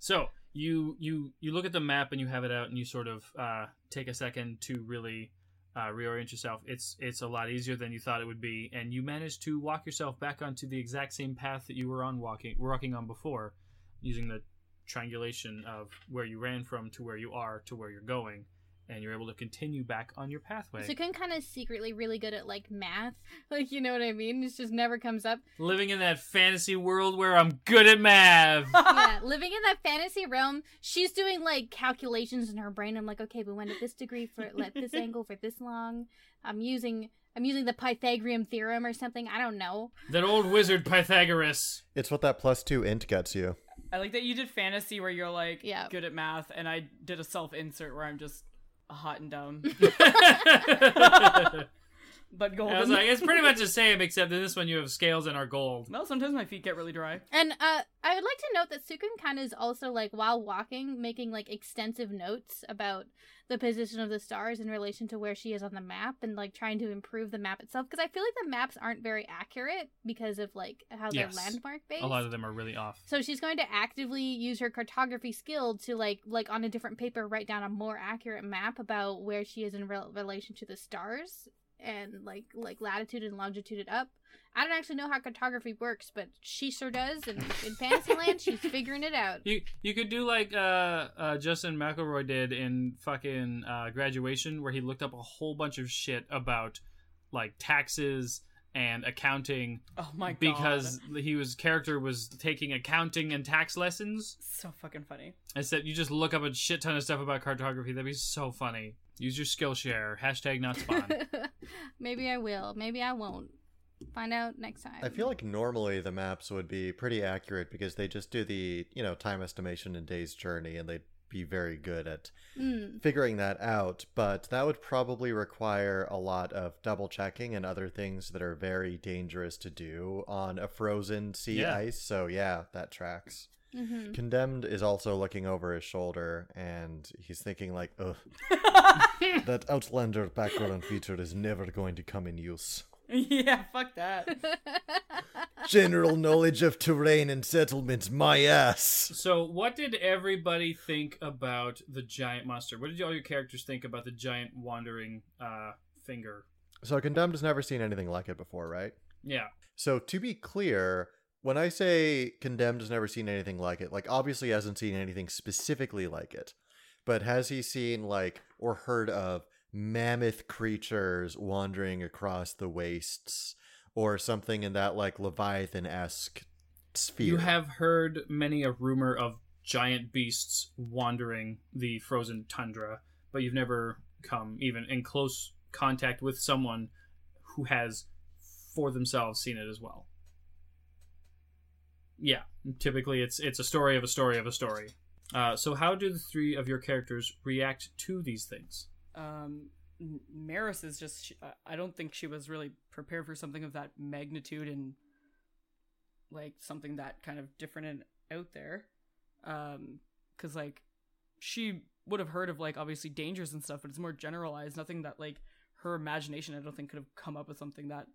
S5: so you you you look at the map and you have it out and you sort of uh, take a second to really uh, reorient yourself. It's it's a lot easier than you thought it would be, and you manage to walk yourself back onto the exact same path that you were on walking walking on before, using the triangulation of where you ran from to where you are to where you're going, and you're able to continue back on your pathway,
S3: Sukunkan is secretly really good at like math. Like you know what I mean? It just never comes up.
S5: living in that fantasy world where I'm good at math.
S3: yeah, living in that fantasy realm, she's doing like calculations in her brain. I'm like, okay, we went at this degree for at this angle for this long. I'm using I'm using the Pythagorean theorem or something. I don't know.
S5: that old wizard Pythagoras.
S2: It's what that plus two int gets you.
S4: I like that you did fantasy where you're like
S3: Yeah.
S4: good at math, and I did a self insert where I'm just hot and dumb, but golden.
S5: I was like, it's pretty much the same, except in this one you have scales and are gold.
S4: well, sometimes my feet get really dry.
S3: And uh, I would like to note that Sukunkan is also like while walking, making like extensive notes about the position of the stars in relation to where she is on the map, and like trying to improve the map itself because I feel like the maps aren't very accurate because of like how they're
S5: Yes.
S3: landmark based.
S5: A lot of them are really off.
S3: So she's going to actively use her cartography skill to like like on a different paper write down a more accurate map about where she is in rel- relation to the stars and like like latitude and longitude it up. I don't actually know how cartography works, but she sure does and in Fantasyland she's figuring it out.
S5: You you could do like uh, uh, Justin McElroy did in fucking uh, graduation, where he looked up a whole bunch of shit about like taxes and accounting
S4: Oh my god!
S5: because he was character was taking accounting and tax lessons.
S4: so fucking funny.
S5: Instead, you just look up a shit ton of stuff about cartography. That'd be so funny. Use your Skillshare hashtag not spawn.
S3: maybe I will, maybe I won't. Find out next time.
S2: I feel like normally the maps would be pretty accurate because they just do the, you know, time estimation and day's journey and they'd be very good at
S3: Mm.
S2: figuring that out, but that would probably require a lot of double checking and other things that are very dangerous to do on a frozen sea
S5: Yeah.
S2: ice. So yeah, that tracks.
S3: hmm
S2: Condemned is also looking over his shoulder and he's thinking like, ugh, that Outlander background feature is never going to come in use.
S4: yeah, fuck that.
S2: General knowledge of terrain and settlements, my ass.
S5: So, what did everybody think about the giant monster? What did all your characters think about the giant wandering uh, finger?
S2: So Condemned has never seen anything like it before, right?
S5: Yeah.
S2: So to be clear, when I say condemned has never seen anything like it, like obviously hasn't seen anything specifically like it, but has he seen like or heard of mammoth creatures wandering across the wastes or something in that like Leviathan esque sphere?
S5: You have heard many a rumor of giant beasts wandering the frozen tundra, but you've never come even in close contact with someone who has for themselves seen it as well. Yeah, typically it's it's a story of a story of a story. Uh, so how do the three of your characters react to these things?
S4: Um, M- Maris is just, she, I- I don't think she was really prepared for something of that magnitude and like something that kind of different and out there. Um, cause like she would have heard of like obviously dangers and stuff, but it's more generalized. Nothing that like her imagination, I don't think, could have come up with something that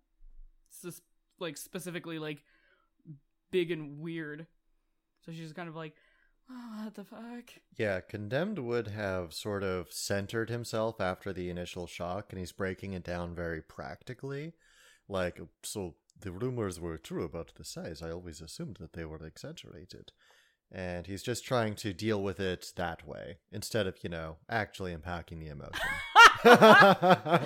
S4: sus- like specifically like big and weird. So she's kind of like, oh, what the fuck?
S2: Yeah, Condemned would have sort of centered himself after the initial shock, and he's breaking it down very practically. Like, so the rumors were true about the size. I always assumed that they were exaggerated. And he's just trying to deal with it that way instead of, you know, actually impacting the emotion.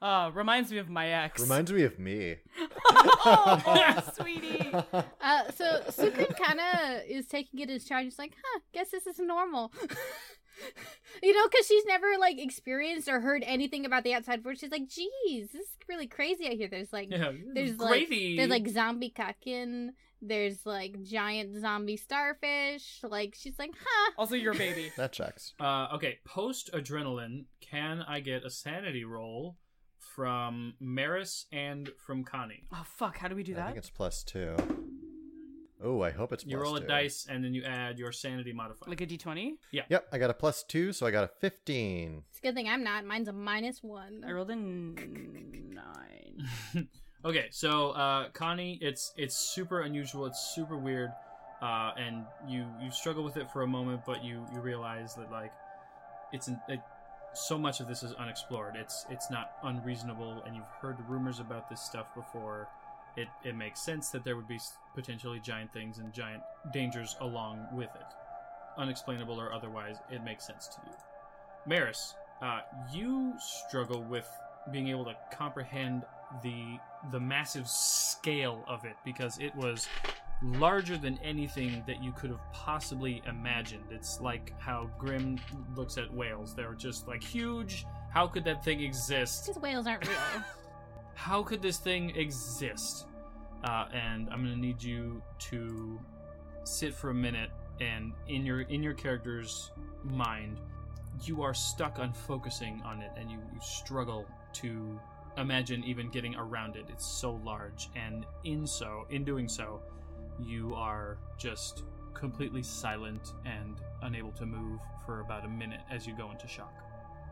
S4: Uh, reminds me of my ex.
S2: Reminds me of me.
S4: oh, sweetie.
S3: Uh, so Sukun kind of is taking it as challenge. She's like, huh, guess this is normal. you know, because she's never like experienced or heard anything about the outside world. She's like, geez, this is really crazy out here. There's like,
S5: Yeah,
S3: there's
S5: gravy.
S3: like, there's like zombie kakin. There's like giant zombie starfish. Like she's like, huh.
S4: Also, your baby.
S2: That checks.
S5: Uh, okay, post adrenaline, can I get a sanity roll from Maris and from Connie?
S4: Oh fuck! How do we do
S2: I
S4: that?
S2: think it's plus two. Oh, I hope it's plus
S5: you roll
S2: two.
S5: a dice and then you add your sanity modifier.
S4: Like a D twenty.
S2: Yep, I got a plus two, so I got a 15.
S3: It's a good thing I'm not. Mine's a minus one.
S4: I rolled a n- nine.
S5: okay, so uh, Connie, it's it's super unusual, it's super weird, uh, and you you struggle with it for a moment, but you you realize that like it's an, it, so much of this is unexplored. It's it's not unreasonable, and you've heard rumors about this stuff before. It it makes sense that there would be s- potentially giant things and giant dangers along with it, unexplainable or otherwise. It makes sense to you, Maris. Uh, you struggle with being able to comprehend the the massive scale of it because it was larger than anything that you could have possibly imagined. It's like how Grimm looks at whales. They're just like huge. How could that thing exist?
S3: Because whales aren't real.
S5: How could this thing exist? Uh, and I'm gonna need you to sit for a minute, and in your in your character's mind, you are stuck on focusing on it, and you, you struggle to imagine even getting around it. It's so large, and in so in doing so, you are just completely silent and unable to move for about a minute as you go into shock.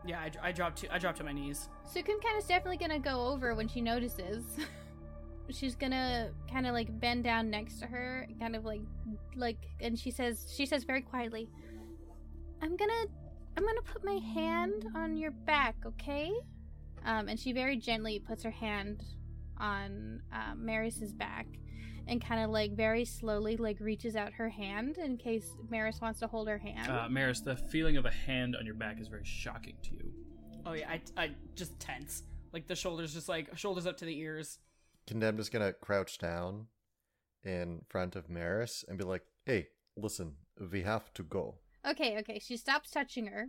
S4: Yeah, I, I dropped. To, I dropped to my knees.
S3: Sukun kind of definitely gonna go over when she notices. She's gonna kind of like bend down next to her, kind of like, like, and she says, she says very quietly, "I'm gonna, I'm gonna put my hand on your back, okay?" Um, and she very gently puts her hand on uh, Maris's back, and kind of like very slowly like reaches out her hand in case Maris wants to hold her hand.
S5: Uh, Maris, the feeling of a hand on your back is very shocking to you.
S4: Oh yeah, I, I just tense. Like the shoulders, just like shoulders up to the ears.
S2: Condemned is going to crouch down in front of Maris and be like, hey, listen, we have to go.
S3: okay, okay, she stops touching her.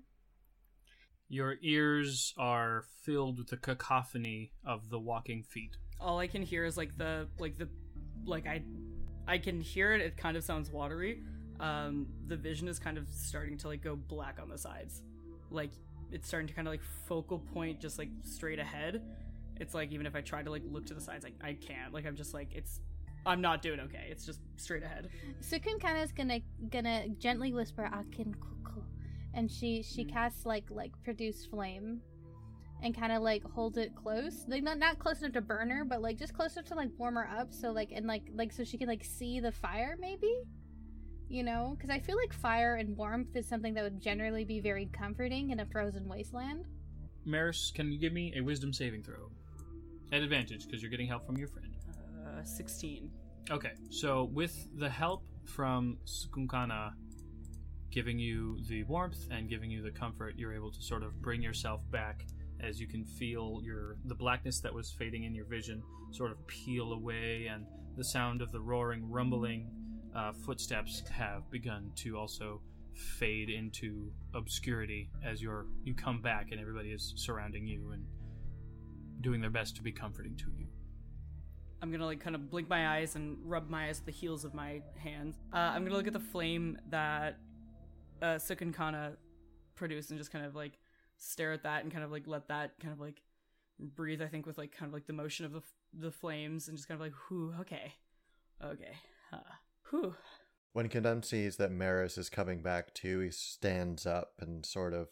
S5: Your ears are filled with the cacophony of the walking feet.
S4: All I can hear is like the like the like I I can hear it. It kind of sounds watery. Um, the vision is kind of starting to like go black on the sides. Like it's starting to kind of like focal point just like straight ahead. It's like even if I try to like look to the sides, like I can't. Like I'm just like it's. I'm not doing okay. It's just straight ahead.
S3: Sukun kind of is gonna gonna gently whisper Akin Kuku, and she she casts like like produce flame, and kind of like holds it close, like not not close enough to burn her, but like just close enough to like warm her up, so like and like like so she can like see the fire maybe, you know, because I feel like fire and warmth is something that would generally be very comforting in a frozen wasteland.
S5: Maris, can you give me a wisdom saving throw? At advantage, because you're getting help from your friend.
S4: Uh, uh, 16.
S5: Okay, so with the help from Skunkana giving you the warmth and giving you the comfort, you're able to sort of bring yourself back as you can feel your the blackness that was fading in your vision sort of peel away and the sound of the roaring rumbling uh, footsteps have begun to also fade into obscurity as you're you come back and everybody is surrounding you and doing their best to be comforting to you
S4: I'm gonna like kind of blink my eyes and rub my eyes with the heels of my hands. Uh, I'm gonna look at the flame that uh, Suk and Kana produced and just kind of like stare at that and kind of like let that kind of like breathe. I think with like kind of like the motion of the f- the flames and just kind of like whoo okay, okay, uh, whoo.
S2: When Condemn sees that Maris is coming back too, he stands up and sort of,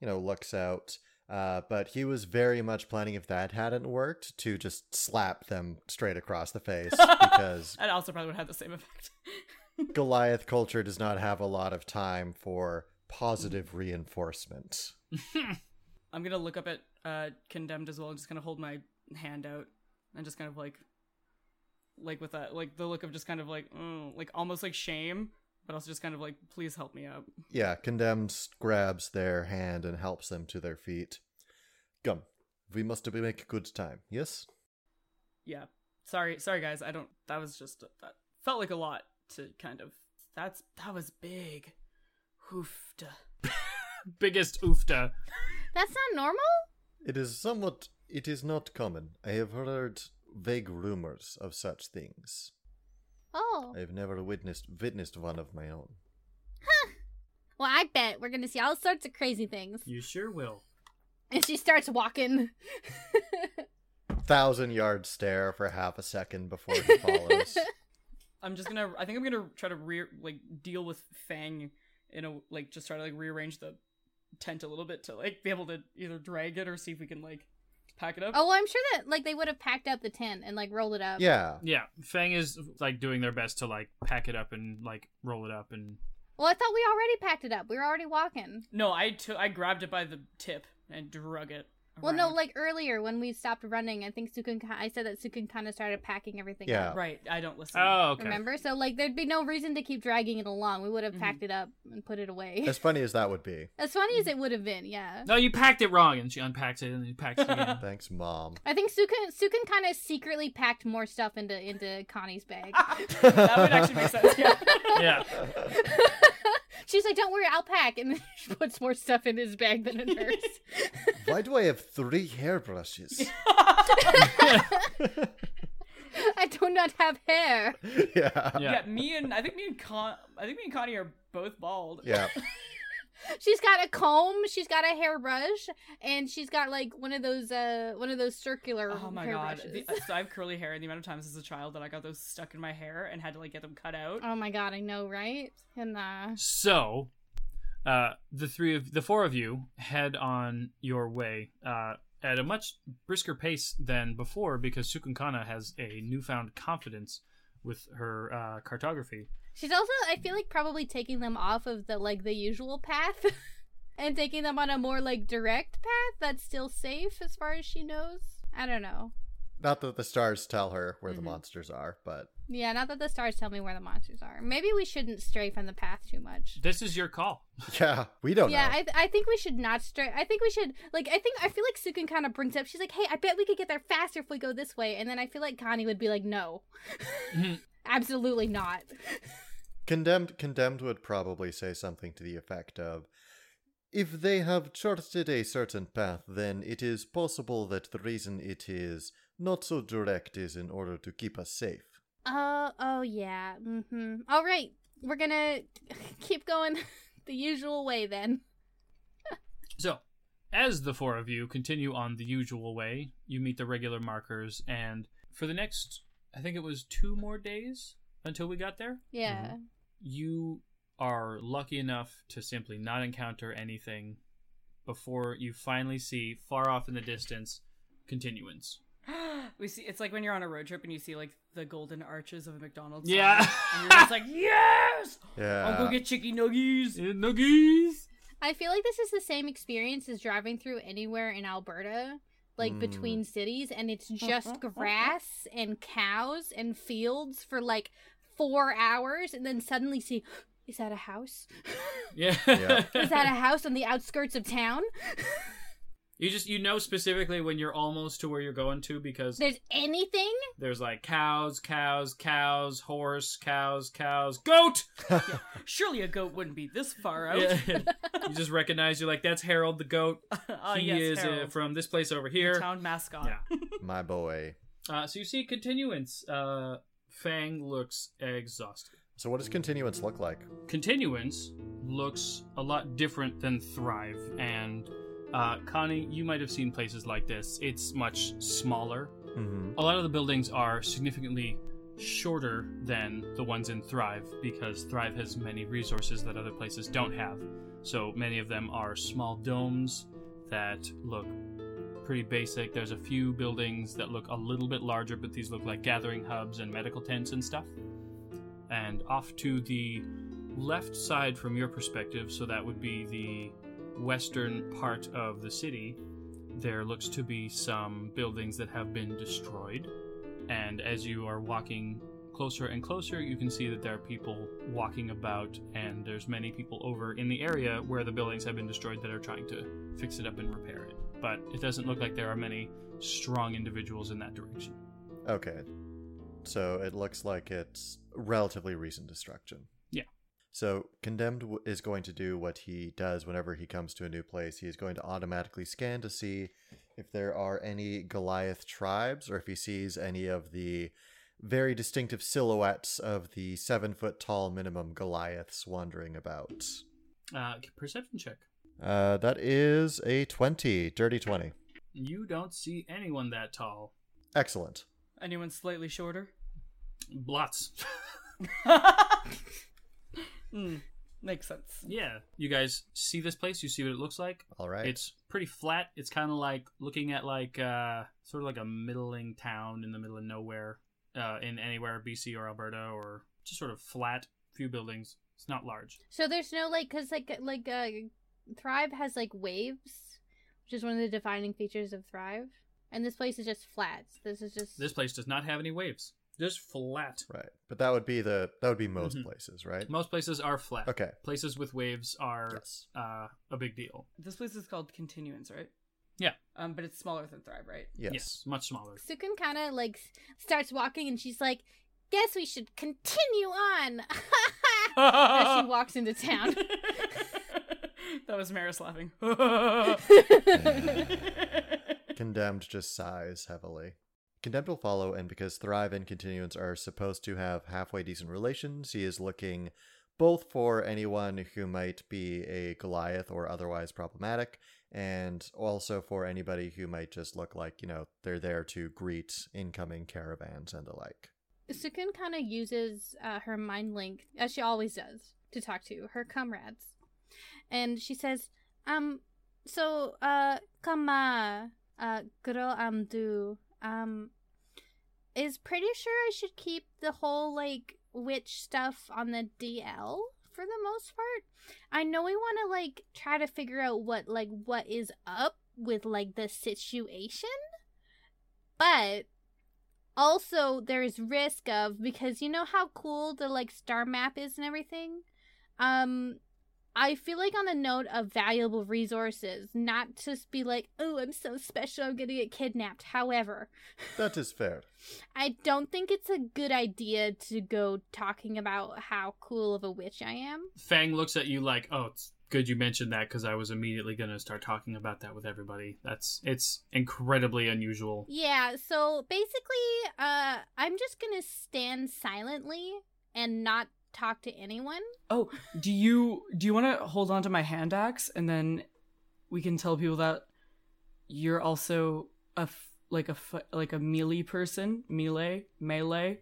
S2: you know, looks out. Uh, but he was very much planning, if that hadn't worked, to just slap them straight across the face because
S4: That also probably would have the same effect.
S2: Goliath culture does not have a lot of time for positive reinforcement.
S4: I'm gonna look up at uh, condemned as well and just kind of hold my hand out and just kind of like, like with that like the look of just kind of like mm, like almost like shame, but also just kind of like please help me out.
S2: Yeah, Condemned grabs their hand and helps them to their feet. Come, we must make good time, yes?
S4: Yeah, sorry, sorry guys, I don't. That was just that felt like a lot to kind of. That's that was big. Hoofed.
S5: biggest oofta
S3: That's not normal?
S2: It is somewhat. It is not common. I have heard vague rumors of such things.
S3: Oh.
S2: I have never witnessed witnessed one of my own.
S3: Well, I bet we're gonna see all sorts of crazy things.
S5: you sure will
S3: And she starts walking.
S2: Thousand yard stare for half a second before he follows.
S4: I'm just gonna. I think I'm gonna try to re like deal with Fang in a like just try to like rearrange the tent a little bit to like be able to either drag it or see if we can like pack it up.
S3: Oh, well, I'm sure that like they would have packed up the tent and like rolled it up.
S2: yeah.
S5: yeah fang is like doing their best to like pack it up and like roll it up and
S3: Well, I thought we already packed it up. We were already walking.
S4: No, I took. I grabbed it by the tip and drug it.
S3: Well, no,
S4: around.
S3: like earlier when we stopped running, I think Sukun. I said that Sukun kind of started packing everything.
S2: Yeah.
S3: up,
S4: right. I don't listen.
S5: oh okay Mm-hmm.
S3: Remember, so like there'd be no reason to keep dragging it along. We would have
S4: Mhm.
S3: packed it up and put it away.
S2: As funny as that would be.
S3: As funny
S2: Mm.
S3: as it would have been, yeah.
S5: no you packed it wrong and she unpacks it and then packs it again
S2: Thanks, Mom.
S3: I think Sukun Sukun kind of secretly packed more stuff into into Connie's bag.
S4: that would actually make sense. Yeah.
S5: yeah
S3: She's like, "Don't worry, I'll pack," and then she puts more stuff in his bag than in hers.
S2: Why do I have three hairbrushes?
S3: I do not have hair.
S2: yeah.
S5: yeah,
S4: yeah. Me and I think me and Con. I think me and Connie are both bald.
S2: Yeah.
S3: She's got a comb, she's got a hairbrush, and she's got like one of those uh one of those circular
S4: Oh my god.
S3: hairbrushes.
S4: The, so I have curly hair, and the amount of times as a child that I got those stuck in my hair and had to like get them cut out.
S3: Oh my god, I know, right? And uh
S5: So, uh, the three of the four of you head on your way uh, at a much brisker pace than before because Sukunkana has a newfound confidence with her uh, cartography.
S3: she's also I feel like probably taking them off of the like the usual path and taking them on a more like direct path that's still safe as far as she knows. I don't know.
S2: Not that the stars tell her where
S4: Mhm.
S2: the monsters are, but
S3: Yeah, not that the stars tell me where the monsters are. Maybe we shouldn't stray from the path too much.
S5: This is your call.
S2: yeah, we don't
S3: yeah,
S2: know.
S3: I, I think we should not stray. I think we should like I think I feel like Sukun kind of brings up. She's like, "Hey, I bet we could get there faster if we go this way." And then I feel like Connie would be like, "No,
S5: Mhm.
S3: absolutely not."
S2: Condemned Condemned would probably say something to the effect of If they have charted a certain path, then it is possible that the reason it is not so direct is in order to keep us safe.
S3: Oh, oh yeah. Mm-hmm. All right, we're gonna keep going the usual way then.
S5: So, as the four of you continue on the usual way, you meet the regular markers, and for the next, I think it was two more days until we got there.
S3: Yeah.
S5: you are lucky enough to simply not encounter anything before you finally see far off in the distance continuance.
S4: we see it's like when you're on a road trip and you see like the golden arches of a McDonald's.
S5: Yeah.
S4: sign, and you're just like, yes, I'll
S3: Uh,
S2: Yeah.
S4: go get chicken nuggies.
S5: Nuggies.
S3: I feel like this is the same experience as driving through anywhere in Alberta like
S2: Mm.
S3: between cities and it's just grass and cows and fields for like 4 hours and then suddenly see is that a house?
S5: Yeah.
S2: Yeah.
S3: Is that a house on the outskirts of town?
S5: you just you know specifically when you're almost to where you're going to because
S3: There's anything?
S5: there's like cows, cows, cows, horse, cows, cows, goat.
S4: Surely a goat wouldn't be this far out.
S5: Yeah. you just recognize you're like that's Harold the goat.
S4: Ah,
S5: he
S4: yes,
S5: is uh,
S4: Harold,
S5: from this place over
S4: the
S5: here.
S4: town mascot.
S5: Yeah.
S2: My boy.
S5: Uh, so you see continuance. Uh, Fang looks exhausted.
S2: So what does continuance look like?
S5: Continuance looks a lot different than Thrive. And uh, Connie, you might have seen places like this. It's much smaller.
S2: Mm-hmm.
S5: A lot of the buildings are significantly shorter than the ones in Thrive because Thrive has many resources that other places don't have. So many of them are small domes that look pretty basic. There's a few buildings that look a little bit larger, but these look like gathering hubs and medical tents and stuff. And off to the left side from your perspective, so that would be the western part of the city, there looks to be some buildings that have been destroyed. And as you are walking closer and closer, you can see that there are people walking about, and there's many people over in the area where the buildings have been destroyed that are trying to fix it up and repair it. But it doesn't look like there are many strong individuals in that direction.
S2: Okay. So it looks like it's relatively recent destruction.
S5: Yeah.
S2: So condemned w- is going to do what he does whenever he comes to a new place. He is going to automatically scan to see if there are any Goliath tribes or if he sees any of the very distinctive silhouettes of the seven foot tall minimum Goliaths wandering about.
S5: Uh, perception check.
S2: Uh, that is a 20, dirty 20.
S5: You don't see anyone that tall.
S2: Excellent.
S4: Anyone slightly shorter?
S5: Lots.
S4: Mm, makes sense.
S5: yeah. You guys see this place? You see what it looks like?
S2: All right.
S5: It's pretty flat. It's kind of like looking at like uh, sort of like a middling town in the middle of nowhere uh, in anywhere BC or Alberta or just sort of flat, few buildings. It's not large.
S3: So there's no like cuz like like uh Thrive has like waves, which is one of the defining features of Thrive. And this place is just flats. This is just
S5: This place does not have any waves. Just flat.
S2: right. But that would be the that would be most
S5: Mhm.
S2: places, right?
S5: Most places are flat.
S2: Okay.
S5: Places with waves are
S2: Yes.
S5: uh, a big deal.
S4: This place is called Continuance, right?
S5: Yeah.
S4: Um, but it's smaller than Thrive, right?
S2: Yes.
S5: much smaller.
S3: Sukun kind of like s- starts walking and she's like, "Guess we should continue on." As she walks into town.
S4: that was Maris laughing.
S2: Condemned just sighs heavily. Condemned will follow, and because Thrive and Continuance are supposed to have halfway decent relations, he is looking both for anyone who might be a Goliath or otherwise problematic, and also for anybody who might just look like, you know, they're there to greet incoming caravans and the like.
S3: Sukun kind of uses uh, her mind link as she always does to talk to her comrades, and she says, "Um, so uh, Kama, uh, girl, Amdu, um, is pretty sure I should keep the whole like witch stuff on the DL." For the most part, I know we want to like try to figure out what like what is up with like the situation, but also there's risk of because you know how cool the like star map is and everything um i feel like on the note of valuable resources not just be like oh i'm so special i'm gonna get kidnapped however
S2: That is fair.
S3: i don't think it's a good idea to go talking about how cool of a witch i am
S5: Fang looks at you like, "Oh, it's good you mentioned that because I was immediately going to start talking about that with everybody. That's it's incredibly unusual."
S3: yeah so basically uh i'm just gonna stand silently and not talk to anyone
S4: oh, do you do you want to hold on to my hand axe and then we can tell people that you're also a f- like a f- like a melee person, melee, melee,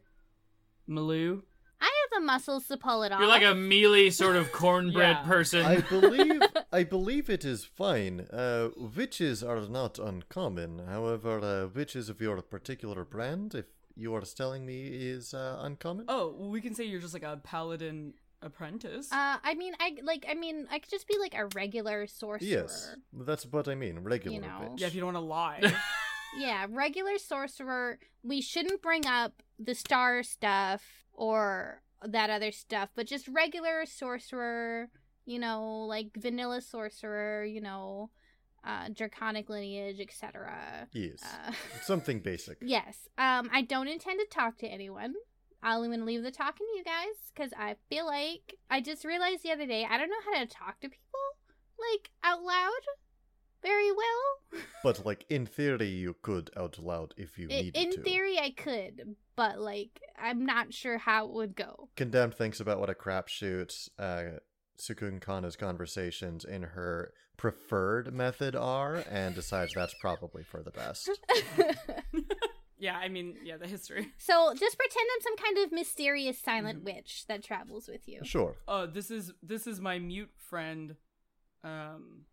S4: maloo.
S3: i have the muscles to pull it off
S5: You're like a mealy sort of cornbread
S4: Yeah.
S5: person.
S2: I believe I believe it is fine. Uh, witches are not uncommon. However, uh, witches of your particular brand, if you are telling me, is uh, uncommon.
S4: Oh, well, we can say you're just like a paladin apprentice.
S3: Uh, I mean, I like. I mean, I could just be like a regular sorcerer.
S2: yes, that's what I mean. Regular
S3: know.
S2: witch.
S4: yeah, if you don't want to lie.
S3: Yeah, regular sorcerer, we shouldn't bring up the star stuff or that other stuff, but just regular sorcerer, you know, like vanilla sorcerer, you know, uh, draconic lineage, etc.
S2: Yes.
S3: Uh,
S2: Something basic.
S3: yes. Um, I don't intend to talk to anyone. I'm gonna leave the talking to you guys because I feel like I just realized the other day I don't know how to talk to people like out loud very well.
S2: But like in theory you could out loud if you
S3: I-
S2: needed
S3: in
S2: to.
S3: theory, I could, but like I'm not sure how it would go.
S2: Condemned thinks about what a crapshoot uh, Sukun Kana's conversations in her preferred method are and decides that's probably for the best.
S4: Yeah, I mean, yeah, the history.
S3: so just pretend I'm some kind of mysterious silent witch that travels with you.
S2: Mm-hmm. Sure.
S4: Oh, this is this is my mute friend. Um,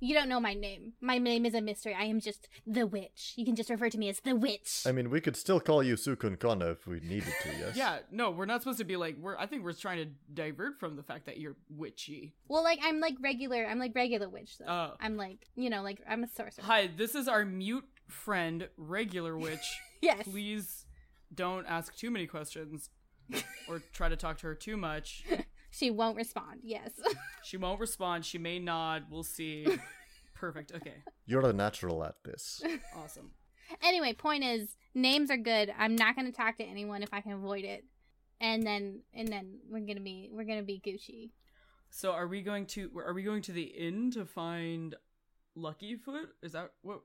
S3: You don't know my name. My name is a mystery. I am just the witch. You can just refer to me as the witch.
S2: I mean, we could still call you Sukun Kana if we needed to, yes?
S4: yeah, no, we're not supposed to be like we're. I think we're trying to divert from the fact that you're witchy.
S3: well, like I'm like regular. I'm like regular witch though.
S4: Oh.
S3: I'm like you know like I'm a sorcerer.
S4: Hi, this is our mute friend, regular witch.
S3: Yes.
S4: Please don't ask too many questions or try to talk to her too much.
S3: She won't respond. Yes.
S4: She won't respond. She may nod. We'll see. Perfect. Okay.
S2: You're a natural at this.
S4: Awesome.
S3: anyway, point is names are good. I'm not gonna talk to anyone if I can avoid it. And then and then we're gonna be we're gonna be Gucci.
S4: So are we going to are we going to the inn to find Luckyfoot? Is that what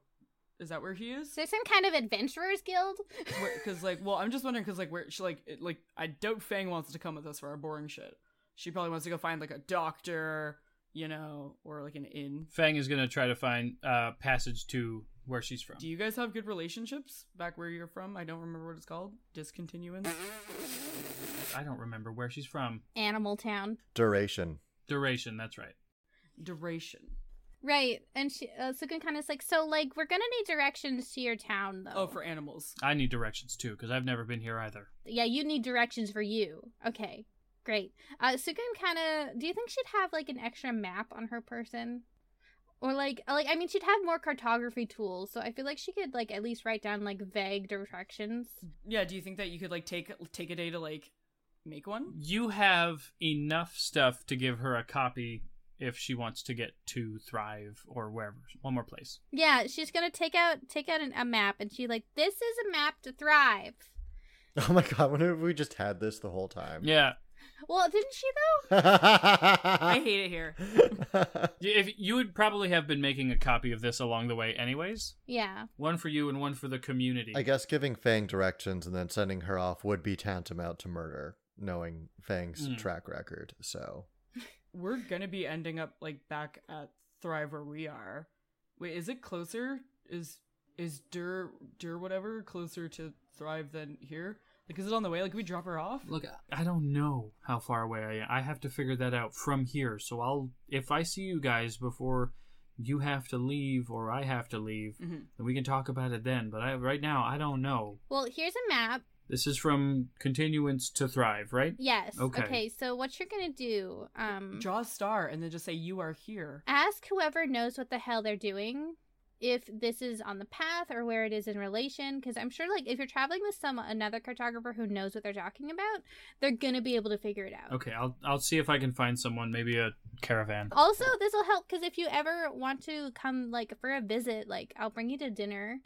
S4: is that where he
S3: Is
S4: is?
S3: there some kind of adventurers guild?
S4: Because like, well, I'm just wondering because like where she like it, like I doubt Fang wants to come with us for our boring shit. She probably wants to go find like a doctor, you know, or like an inn.
S5: Fang is gonna try to find uh, passage to where she's from.
S4: Do you guys have good relationships back where you're from? I don't remember what it's called. Discontinuance.
S5: I don't remember where she's from.
S3: Animal Town.
S2: Duration.
S5: Duration. That's right.
S4: Duration.
S3: Right. And she uh, Sukun kind of like so like we're gonna need directions to your town though.
S4: Oh, for animals.
S5: I need directions too because I've never been here either.
S3: yeah, you need directions for you. Okay, great. Uh, Sukun kind of. Do you think she'd have like an extra map on her person, or like like I mean, she'd have more cartography tools, so I feel like she could like at least write down like vague directions.
S4: Yeah. Do you think that you could like take take a day to like make one?
S5: You have enough stuff to give her a copy if she wants to get to Thrive or wherever. One more place.
S3: Yeah, she's gonna take out take out an, a map, and she like this is a map to thrive.
S2: Oh my god, wonder if we just had this the whole time.
S5: Yeah.
S3: Well, didn't she though?
S4: I
S2: I
S4: hate it here.
S5: If you would probably have been making a copy of this along the way, anyways.
S3: Yeah.
S5: One for you and one for the community.
S2: guess giving Fang directions and then sending her off would be tantamount to murder, knowing Fang's
S5: Mm.
S2: track record. So
S4: We're gonna be ending up like back at Thrive where we are. Wait, is it closer? Is is Dur Dur whatever closer to Thrive than here? Like, is it on the way? Like, can we drop her off?
S5: Look, I don't know how far away I am. I have to figure that out from here. So I'll if I see you guys before you have to leave or I have to leave,
S4: Mhm.
S5: then we can talk about it then. But I, right now, I don't know.
S3: Well, here's a map.
S5: This is from continuance to thrive, right?
S3: Yes.
S5: Okay.
S3: so what you're gonna do?
S5: Hmm?
S3: Um.
S4: Draw a star and then just say you are here.
S3: ask whoever knows what the hell they're doing if this is on the path or where it is in relation because i'm sure like if you're traveling with some another cartographer who knows what they're talking about they're gonna be able to figure it out
S5: Okay, I'll I'll see if I can find someone, maybe a caravan.
S3: also this will help because if you ever want to come like for a visit like i'll bring you to dinner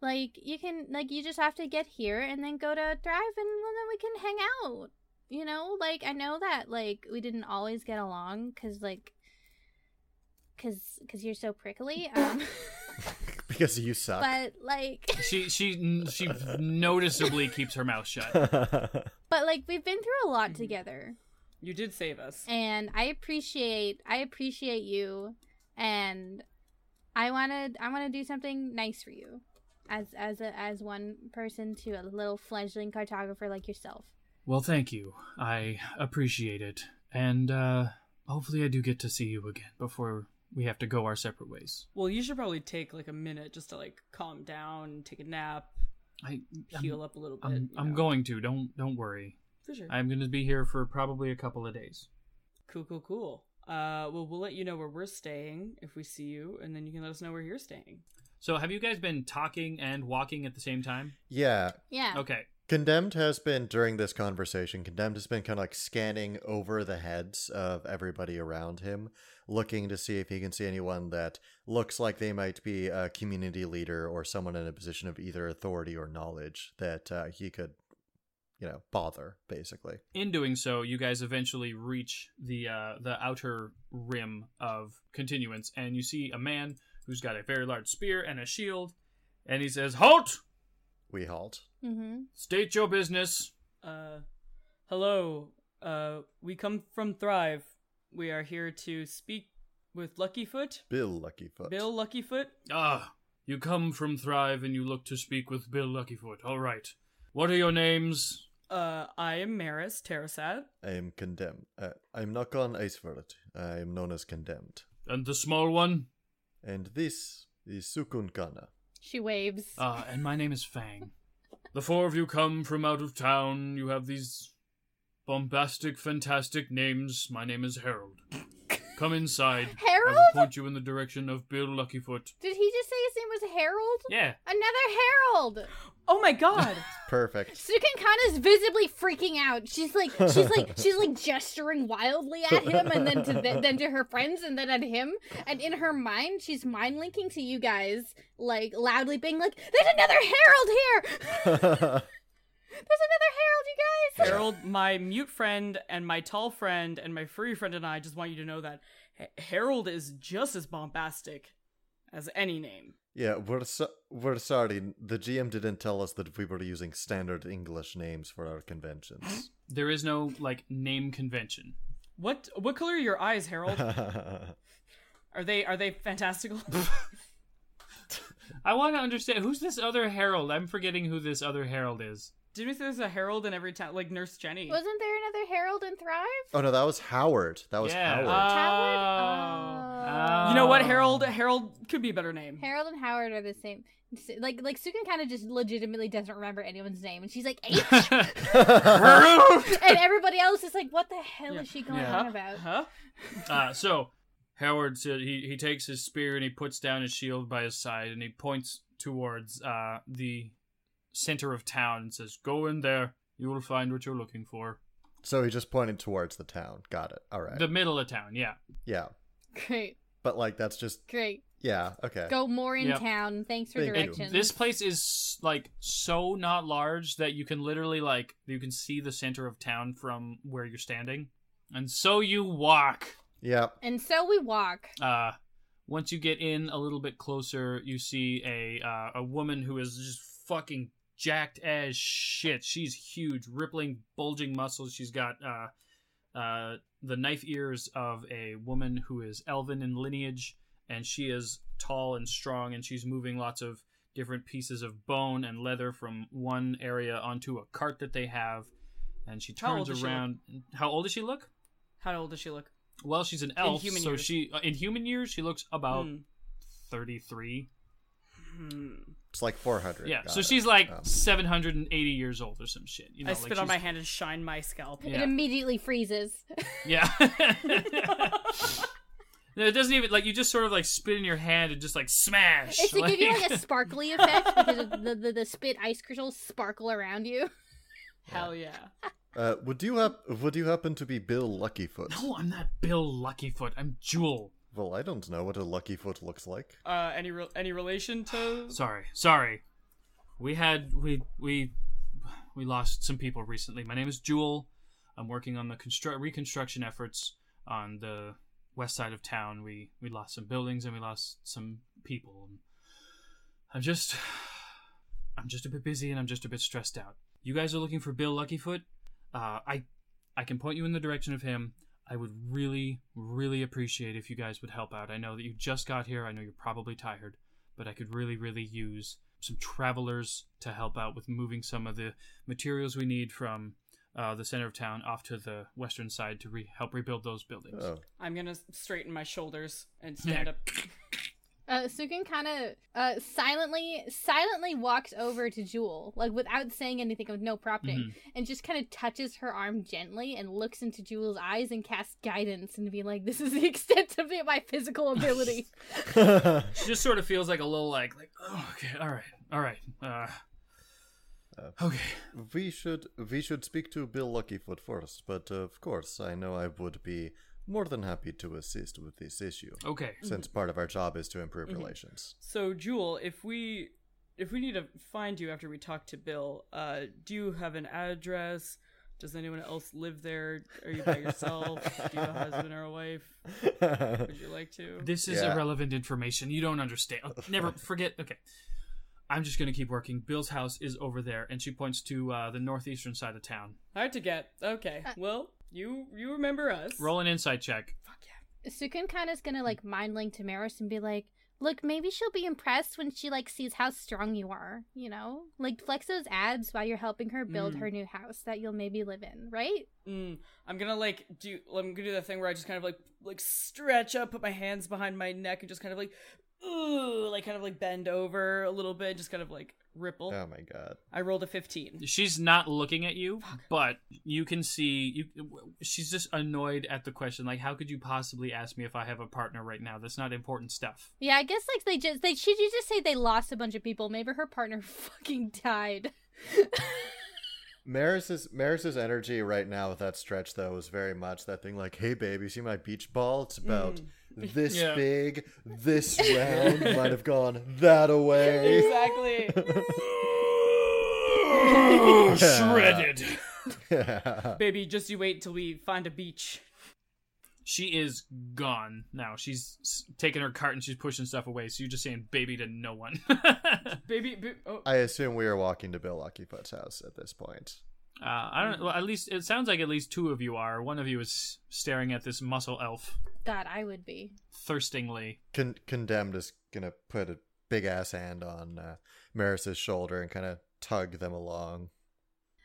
S3: like you can like you just have to get here and then go to drive and then we can hang out you know like i know that like we didn't always get along because like because because you're so prickly um
S2: because you suck.
S3: but like
S5: She she she noticeably keeps her mouth shut.
S3: but like we've been through a lot
S5: Mm-hmm.
S3: together
S4: You did save us.
S3: and i appreciate i appreciate you and i want to i want to do something nice for you as as a, as one person to a little fledgling cartographer like yourself
S5: Well, thank you. I appreciate it, and uh, hopefully, I do get to see you again before we have to go our separate ways.
S4: Well, you should probably take like a minute just to like calm down, take a nap,
S5: I I'm-
S4: heal up a little bit.
S5: I'm,
S4: you
S5: I'm
S4: know.
S5: going to. Don't don't worry.
S4: For sure.
S5: I'm going to be here for probably a couple of days.
S4: Cool, cool, cool. Uh, well, we'll let you know where we're staying if we see you, and then you can let us know where you're staying.
S5: So have you guys been talking and walking at the same time?
S2: Yeah.
S3: Yeah.
S5: Okay.
S2: Condemned has been, during this conversation, Condemned has been kind of like scanning over the heads of everybody around him, looking to see if he can see anyone that looks like they might be a community leader or someone in a position of either authority or knowledge that uh, he could, you know, bother, basically.
S5: In doing so, you guys eventually reach the uh, the outer rim of continuance, and you see a man who's got a very large spear and a shield, and he says, "Halt!
S2: We halt.
S3: Mm-hmm.
S5: State your business."
S4: Uh, hello. Uh, we come from Thrive. We are here to speak with Luckyfoot.
S2: Bill Luckyfoot.
S4: Bill Luckyfoot.
S5: Ah, you come from Thrive, and you look to speak with Bill Luckyfoot. All right. What are your names?
S4: Uh, I am Maris Terrasat.
S2: I am condemned. Uh, I'm not on Iceford. I am known as condemned.
S5: And the small one?
S2: And this is Sukun Kana.
S3: She waves.
S5: Ah, and my name is Fang. the four of you come from out of town. You have these bombastic, fantastic names. My name is Harold. Come inside. I
S3: Harold?
S5: will point you in the direction of Bill Luckyfoot.
S3: Did he just say his name was Harold?
S5: Yeah.
S3: Another Harold.
S4: Oh my god.
S2: Perfect.
S3: Sukin Khan is visibly freaking out. She's like, she's like, she's like gesturing wildly at him, and then to th- then to her friends, and then at him. And in her mind, she's mind linking to you guys, like loudly being like, "There's another Harold here. There's another Harold, you guys."
S4: Harold, my mute friend and my tall friend and my furry friend and I just want you to know that H- Harold is just as bombastic as any name.
S2: yeah, we're so- we're sorry. The GM didn't tell us that we were using standard English names for our conventions.
S5: There is no like name convention.
S4: What what color are your eyes,
S2: Oh,
S4: Harold?
S2: I
S4: Are they are they fantastical?
S5: I want to understand who's this other Harold. I'm forgetting who this other Harold is.
S4: Did we say there's a Harold in every town, like Nurse Jenny?
S3: Wasn't there another Harold in Thrive?
S2: Oh no, that was Howard. That was
S5: yeah. Ah.
S2: Howard.
S5: Oh.
S3: Howard? Oh.
S4: you know
S5: Uh,
S4: what, Harold? Harold could be a better name.
S3: Harold and Howard are the same. Like, like Sukin kind of just legitimately doesn't remember anyone's name, and she's like, "H,"
S5: uh,
S3: and everybody else is like, "What the hell is she going
S5: Yeah. Uh-huh.
S3: on about?"
S4: Huh?
S5: Uh, so Howard said he, he takes his spear and he puts down his shield by his side and he points towards uh, the center of town and says, "Go in there. You will find what you're looking for."
S2: So he just pointed towards the town. Got it. All right.
S5: The middle of town. Yeah.
S2: yeah,
S3: Great,
S2: but like that's just
S3: great.
S2: yeah. Okay.
S3: Go more in
S5: Yep.
S3: town. Thanks for
S2: Thank you.
S5: It-
S3: directions.
S5: this place is like so not large that you can literally like you can see the center of town from where you're standing, and so you walk.
S2: Yeah.
S3: and so we walk.
S5: Uh, once you get in a little bit closer, you see a uh, a woman who is just fucking jacked as shit. She's huge, rippling, bulging muscles. She's got uh, uh, the knife ears of a woman who is elven in lineage, and she is tall and strong, and she's moving lots of different pieces of bone and leather from one area onto a cart that they have. And she
S4: How old
S5: turns
S4: does she look?
S5: around. how old does she look?
S4: How old does she look?
S5: Well, she's an elf,
S4: human
S5: so
S4: years.
S5: she uh, in human years she looks about
S4: Hmm.
S5: 33.
S4: Hmm.
S2: It's like 400.
S5: Yeah,
S2: Got
S5: so
S2: it.
S5: she's like
S2: Um,
S5: 780 years old or some shit. You know,
S4: I
S5: like
S4: spit on my
S5: she's-
S4: hand and shine my scalp.
S5: Yeah.
S3: It immediately freezes.
S5: Yeah. no, it doesn't even like you just sort of like spit in your hand and just like smash.
S3: It's to give you like a sparkly effect because of the, the the spit ice crystals sparkle around you.
S4: Hell yeah.
S2: uh, would you hap- would you happen to be Bill Luckyfoot?
S5: No, I'm not Bill Luckyfoot. I'm Jewel.
S2: Well, I don't know what a Luckyfoot looks like.
S4: Uh, any re- any relation to?
S5: Sorry, sorry. We had we we we lost some people recently. My name is Jewel. I'm working on the constru- reconstruction efforts on the west side of town. We we lost some buildings and we lost some people. I'm just I'm just a bit busy and I'm just a bit stressed out. You guys are looking for Bill Luckyfoot. Uh, I I can point you in the direction of him. I would really really appreciate if you guys would help out. I know that you just got here. I know you're probably tired but I could really, really use some travelers to help out with moving some of the materials we need from uh, the center of town off to the western side to re- help rebuild those buildings.
S2: Oh,
S4: I'm gonna straighten my shoulders and stand
S5: Yeah.
S4: up.
S3: Uh, Sukin kind of uh, silently silently walks over to Jewel, like without saying anything, with no prompting,
S5: Mm-hmm.
S3: and just kind of touches her arm gently and looks into Jewel's eyes and casts guidance and be like, "This is the extent of my physical ability."
S2: Oh.
S5: She just sort of feels like a little like like oh, okay, all right, all right. Uh, okay.
S2: we should we should speak to Bill Luckyfoot first, but uh, of course I know I would be more than happy to assist with this issue.
S5: Okay.
S2: Since part of our job is to improve relations.
S4: So, Jewel, if we if we need to find you after we talk to Bill, uh, do you have an address? Does anyone else live there? Are you by yourself? do you have a husband or a wife? Would you like to?
S5: This is
S2: Yeah.
S5: irrelevant information. You don't understand. Oh, Never forget. Okay. I'm just gonna keep working. Bill's house is over there, and she points to uh, the northeastern side of town.
S4: Hard to get. Okay. Well, you you remember us.
S5: Roll an insight check.
S3: Sukun kind of is gonna like mind link to Maris and be like, "Look, maybe she'll be impressed when she like sees how strong you are. You know, like flex those abs while you're helping her build
S4: Mm.
S3: her new house that you'll maybe live in, right?"
S4: Mm, I'm gonna like do. I'm gonna do that thing where I just kind of like like stretch up, put my hands behind my neck, and just kind of like, ooh, like kind of like bend over a little bit, just kind of like ripple.
S2: Oh my god.
S4: I rolled a 15.
S5: She's not looking at you, but you can see you. She's just annoyed at the question. Like, how could you possibly ask me if I have a partner right now? That's not important stuff.
S3: Yeah, I guess like they just they should you just say they lost a bunch of people. Maybe her partner fucking died.
S2: Maris's Maris's energy right now with that stretch though is very much that thing like, hey baby, see my beach ball? It's about this
S5: Yeah.
S2: big, this round, might have gone that away.
S4: Exactly.
S5: Shredded.
S4: Baby, just you wait till we find a beach.
S5: She is gone now. She's s- taking her cart and she's pushing stuff away. So you're just saying baby to no one. uh,
S4: Baby, ba- oh.
S2: I assume we are walking to Bill Luckyfoot's house at this point.
S5: Uh, I don't. Well, at least it sounds like at least two of you are. One of you is staring at this muscle elf
S3: God, I would be.
S5: thirstingly.
S2: Con- Condemned is gonna put a big ass hand on uh, Maris's shoulder and kind of tug them along.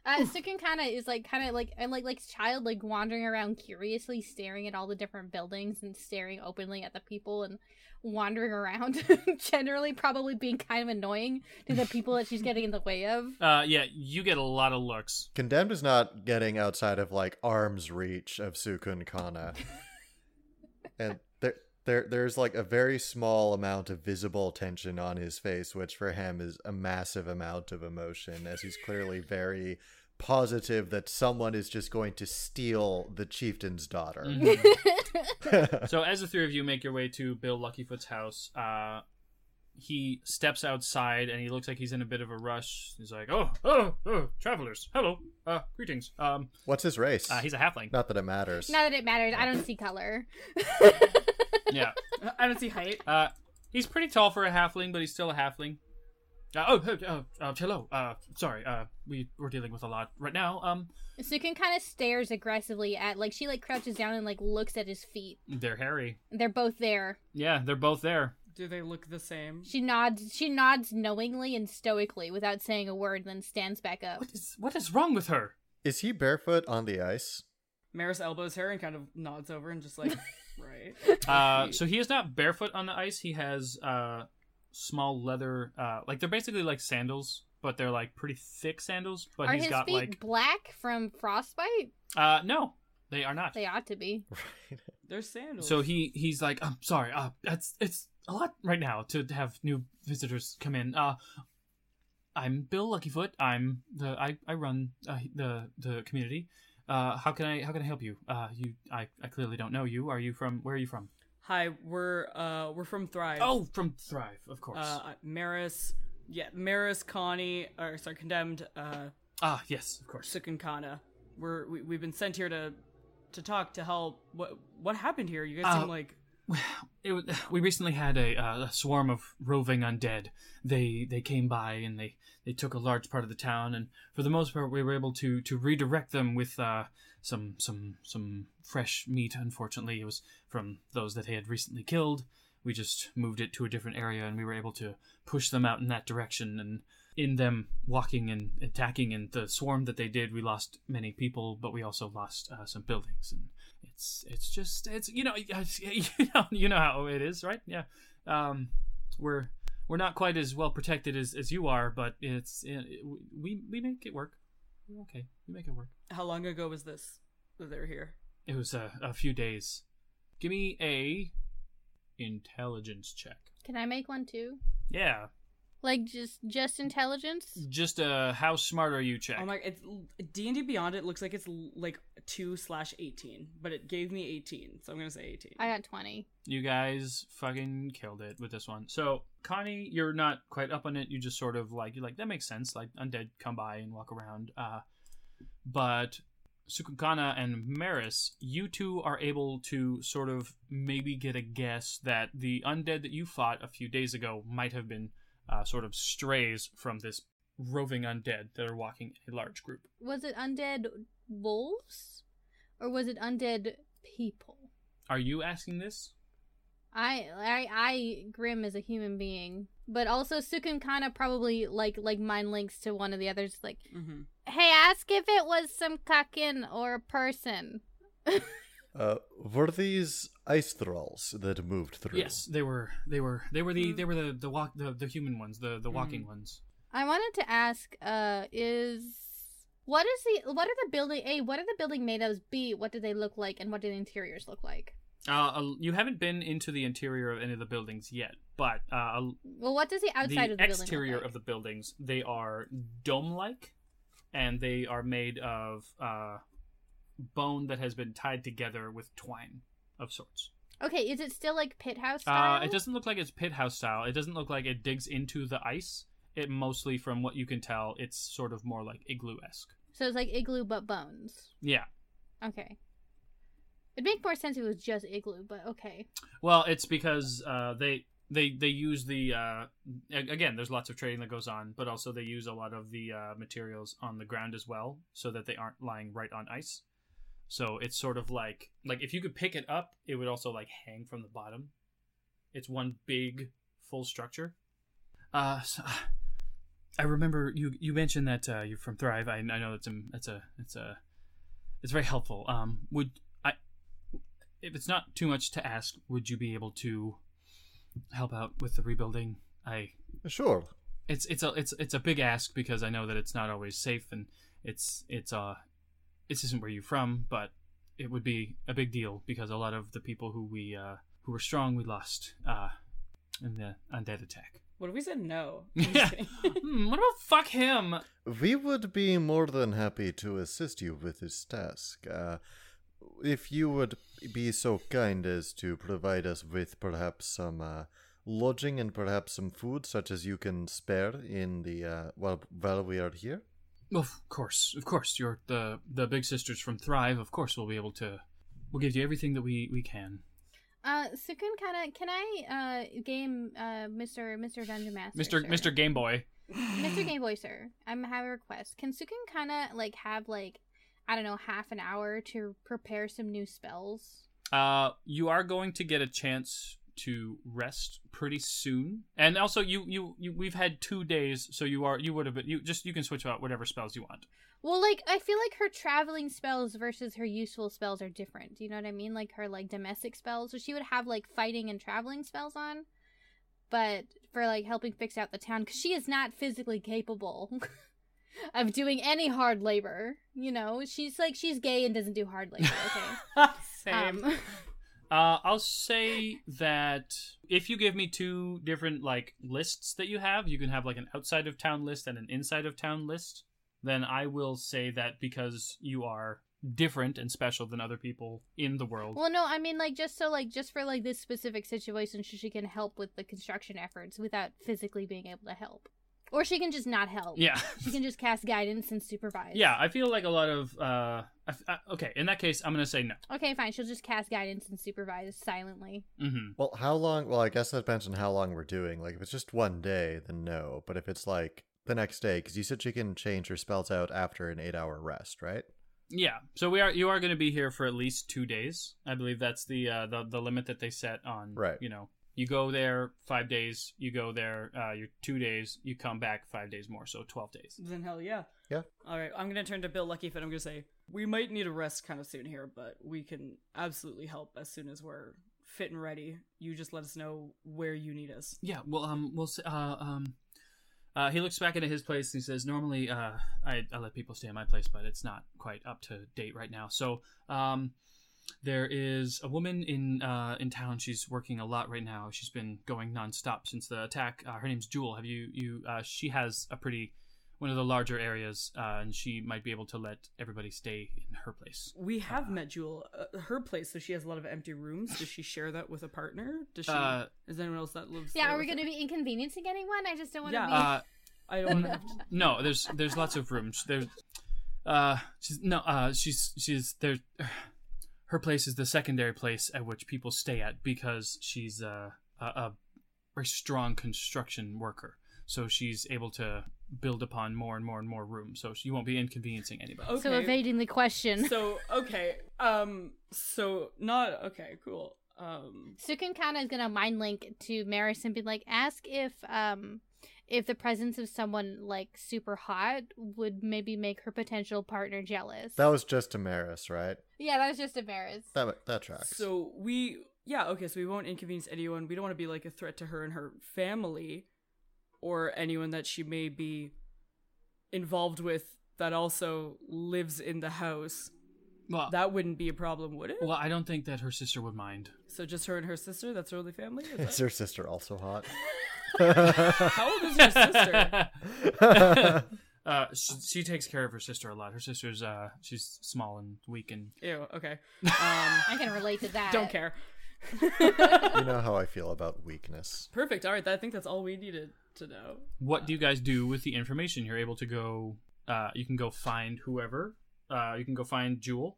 S3: Uh, Sukun kind of is like kind of like and like like child like wandering around curiously staring at all the different buildings and staring openly at the people and wandering around generally probably being kind of annoying to the people that she's getting in the way of.
S5: Uh, yeah, you get a lot of looks.
S2: Condemned is not getting outside of like arm's reach of Sukun Kana. and there there there's like a very small amount of visible tension on his face, which for him is a massive amount of emotion, as he's clearly very positive that someone is just going to steal the chieftain's daughter.
S5: so as the three of you make your way to Bill Luckyfoot's house, uh, he steps outside and he looks like he's in a bit of a rush. He's like, "Oh, oh, oh, travelers, hello, uh, greetings." Um,
S2: What's his race?
S5: uh, he's a halfling.
S2: not that it matters.
S3: Not that it matters. I don't see color.
S5: yeah,
S4: I don't see height.
S5: uh, he's pretty tall for a halfling, but he's still a halfling. Uh, oh, oh, oh, uh, hello. Uh, sorry. Uh, we we're dealing with a lot right now. Um,
S3: Sukun kind of stares aggressively at like she like crouches down and like looks at his feet.
S5: they're hairy.
S3: They're both there.
S5: Yeah, they're both there.
S4: Do they look the same?
S3: She nods. She nods knowingly and stoically without saying a word. Then stands back up.
S5: What is what is wrong with her?
S2: Is he barefoot on the ice?
S4: Maris elbows her and kind of nods over and just like, right.
S5: Uh, so he is not barefoot on the ice. He has uh, small leather, uh, like they're basically like sandals, but they're like pretty thick sandals. But
S3: Are
S5: he's
S3: his
S5: got
S3: feet
S5: like
S3: black from frostbite?
S5: uh, no, they are not.
S3: They ought to be.
S4: They're sandals.
S5: so he he's like, I'm sorry. Uh, that's it's a lot right now to have new visitors come in. Uh, I'm Bill Luckyfoot. I'm the I, I run uh, the the community. Uh, how can I how can I help you? Uh, you I, I clearly don't know you. Are you from where are you from?
S4: Hi, we're uh we're from Thrive.
S5: Oh, from Thrive, of course.
S4: Uh, Maris, yeah, Maris, Connie, or sorry, condemned. Uh,
S5: ah, yes, of course.
S4: Sukun Kana. We're we, we've been sent here to to talk to help. What what happened here? You guys
S5: Uh,
S4: seem like
S5: it, was- we recently had a, uh, a swarm of roving undead. They they came by and they, they took a large part of the town, and for the most part, we were able to, to redirect them with uh, some some some fresh meat. Unfortunately, it was from those that they had recently killed. We just moved it to a different area, and we were able to push them out in that direction. And in them walking and attacking, and the swarm that they did, we lost many people, but we also lost uh, some buildings and it's it's just it's you know you know you know how it is right yeah um We're we're not quite as well protected as, as you are, but it's it, we we make it work. We're okay. We make it work.
S4: How long ago was this that they were here?
S5: It was a, a few days. Give me a intelligence check.
S3: Can I make one too?
S5: Yeah,
S3: Like just just intelligence?
S5: just a how smart are you check.
S4: Oh my! It's D and D Beyond. It looks like it's l- like two slash eighteen, but it gave me eighteen, so I'm gonna say eighteen.
S3: I got 20.
S5: You guys fucking killed it with this one. So, Connie, you're not quite up on it. You just sort of like you're like that makes sense. Like undead come by and walk around. Uh, but Sukukana and Maris, you two are able to sort of maybe get a guess that the undead that you fought a few days ago might have been uh, sort of strays from this roving undead that are walking in a large group.
S3: Was it undead wolves or was it undead people?
S5: Are you asking this?
S3: I I I grim as a human being, but also Sukun kind of probably like like mind links to one of the others like,
S4: hmm
S3: "Hey, ask if it was some kakin or a person."
S2: Uh, were these ice thralls that moved through?
S5: Yes, they were. They were. They were the. They were the the walk the, the human ones. The the walking ones.
S3: I wanted to ask uh is what is the what are the building A, what are the building made of? B, what do they look like and what do the interiors look like?
S5: Uh, a- you haven't been into the interior of any of the buildings yet, but uh, a-
S3: Well, what does the outside
S5: the,
S3: of the building
S5: exterior
S3: look like?
S5: of the buildings they are dome-like, and they are made of uh, bone that has been tied together with twine of sorts.
S3: Okay, is it still like pit house
S5: Uh,
S3: style?
S5: it doesn't look like it's pit house style. It doesn't look like it digs into the ice. It mostly, from what you can tell, it's sort of more like igloo esque.
S3: So it's like igloo but bones.
S5: Yeah.
S3: Okay. It'd make more sense if it was just igloo, but okay.
S5: Well, it's because uh, they they they use the uh, a- again. There's lots of trading that goes on, but also they use a lot of the uh, materials on the ground as well, so that they aren't lying right on ice. So it's sort of like like if you could pick it up, it would also like hang from the bottom. It's one big full structure. Uh, so, I remember you you mentioned that uh, you're from Thrive. I, I know that's a that's a it's a it's very helpful. Um, would I if it's not too much to ask, would you be able to help out with the rebuilding? I
S2: Sure.
S5: it's it's a it's it's a big ask because I know that it's not always safe and it's it's uh this isn't where you're from, but it would be a big deal because a lot of the people who we uh who were strong we lost uh in the undead attack.
S4: What if we said no? I'm just
S5: Yeah.
S4: kidding.
S5: Hmm, what about fuck him?
S2: We would be more than happy to assist you with this task. Uh, if you would be so kind as to provide us with perhaps some uh, lodging and perhaps some food, such as you can spare in the uh, while while we are here.
S5: Of course, of course, you're the the big sisters from Thrive. Of course, we'll be able to. We'll give you everything that we we can.
S3: Uh, Sukun kind of can I uh game uh Mr. Mr. Dungeon Master,
S5: Mr.
S3: sir?
S5: Mr. Game Boy.
S3: Mr. Game Boy, sir, I'm have a request. Can Sukun kind of like have like I don't know half an hour to prepare some new spells?
S5: Uh, you are going to get a chance to rest pretty soon, and also you you, you we've had two days, so you are you would have been you just you can switch out whatever spells you want.
S3: Well, like I feel like her traveling spells versus her useful spells are different. Do you know what I mean? Like her like domestic spells, so she would have like fighting and traveling spells on, but for like helping fix out the town because she is not physically capable of doing any hard labor. You know, she's like she's gay and doesn't do hard labor. Okay.
S4: Same.
S3: Um,
S5: Uh, I'll say that if you give me two different like lists that you have, you can have like an outside of town list and an inside of town list. Then I will say that because you are different and special than other people in the world.
S3: well, no, I mean like just so like just for like this specific situation, so she can help with the construction efforts without physically being able to help, or she can just not help.
S5: yeah.
S3: She can just cast guidance and supervise.
S5: Yeah, I feel like a lot of uh, I f- I- okay. In that case, I'm gonna say no.
S3: Okay, fine. She'll just cast guidance and supervise silently.
S5: hmm
S2: Well, how long? Well, I guess that depends on how long we're doing. Like, if it's just one day, then no. But if it's like the next day, because you said she can change her spells out after an eight-hour rest, right?
S5: Yeah. So we are you are gonna be here for at least two days. I believe that's the uh, the the limit that they set on.
S2: Right.
S5: You know, you go there five days. You go there. Uh, you're two days. You come back five days more. So twelve days.
S4: then hell yeah.
S2: Yeah.
S4: All right, I'm gonna turn to Bill Luckyfin. I'm gonna say we might need a rest kind of soon here, but we can absolutely help as soon as we're fit and ready. You just let us know where you need us.
S5: Yeah, well, um, we'll s- uh, um, uh, he looks back into his place and he says, "Normally, uh, I, I let people stay in my place, but it's not quite up to date right now. So, um, there is a woman in uh, in town. She's working a lot right now. She's been going nonstop since the attack. Uh, her name's Jewel. Have you you? Uh, she has a pretty one of the larger areas, uh, and she might be able to let everybody stay in her place.
S4: We have met Jewel. Uh, her place, so she has a lot of empty rooms. Does she share that with a partner? Does she?
S5: Uh,
S4: is anyone else that lives?
S3: Yeah,
S4: there
S3: are we
S4: with
S3: going to
S4: her?
S3: be inconveniencing anyone? I just don't want to
S4: Yeah.
S3: be.
S5: Uh,
S4: I don't. wanna have to-
S5: no, there's there's lots of rooms. There's uh she's no uh she's she's there her place is the secondary place at which people stay at because she's uh, a a very strong construction worker. So she's able to build upon more and more and more room. So she won't be inconveniencing anybody.
S4: uh, okay.
S3: So evading the question.
S4: so okay. Um. So not okay. Cool. Um.
S3: Sukun Kana is gonna mind link to Maris and be like, ask if um if the presence of someone like super hot would maybe make her potential partner jealous.
S2: That was just Damaris, right?
S3: yeah, that was just a Maris.
S2: That that tracks.
S4: So we, yeah, okay. So we won't inconvenience anyone. We don't want to be like a threat to her and her family, or anyone that she may be involved with that also lives in the house.
S5: Well,
S4: That wouldn't be a problem, would it?
S5: well, I don't think that her sister would mind.
S4: So just her and her sister. That's her only family. Is
S2: is
S4: that-
S2: her sister also hot?
S4: How old is your sister?
S5: uh, she, she takes care of her sister a lot. Her sister's uh, she's small and weak and
S4: Ew. Okay. Um,
S3: I can relate to that.
S4: don't care.
S2: you know how I feel about weakness.
S4: Perfect. All right. I think that's all we needed to know.
S5: what do you guys do with the information you're able to go uh, you can go find whoever uh, you can go find jewel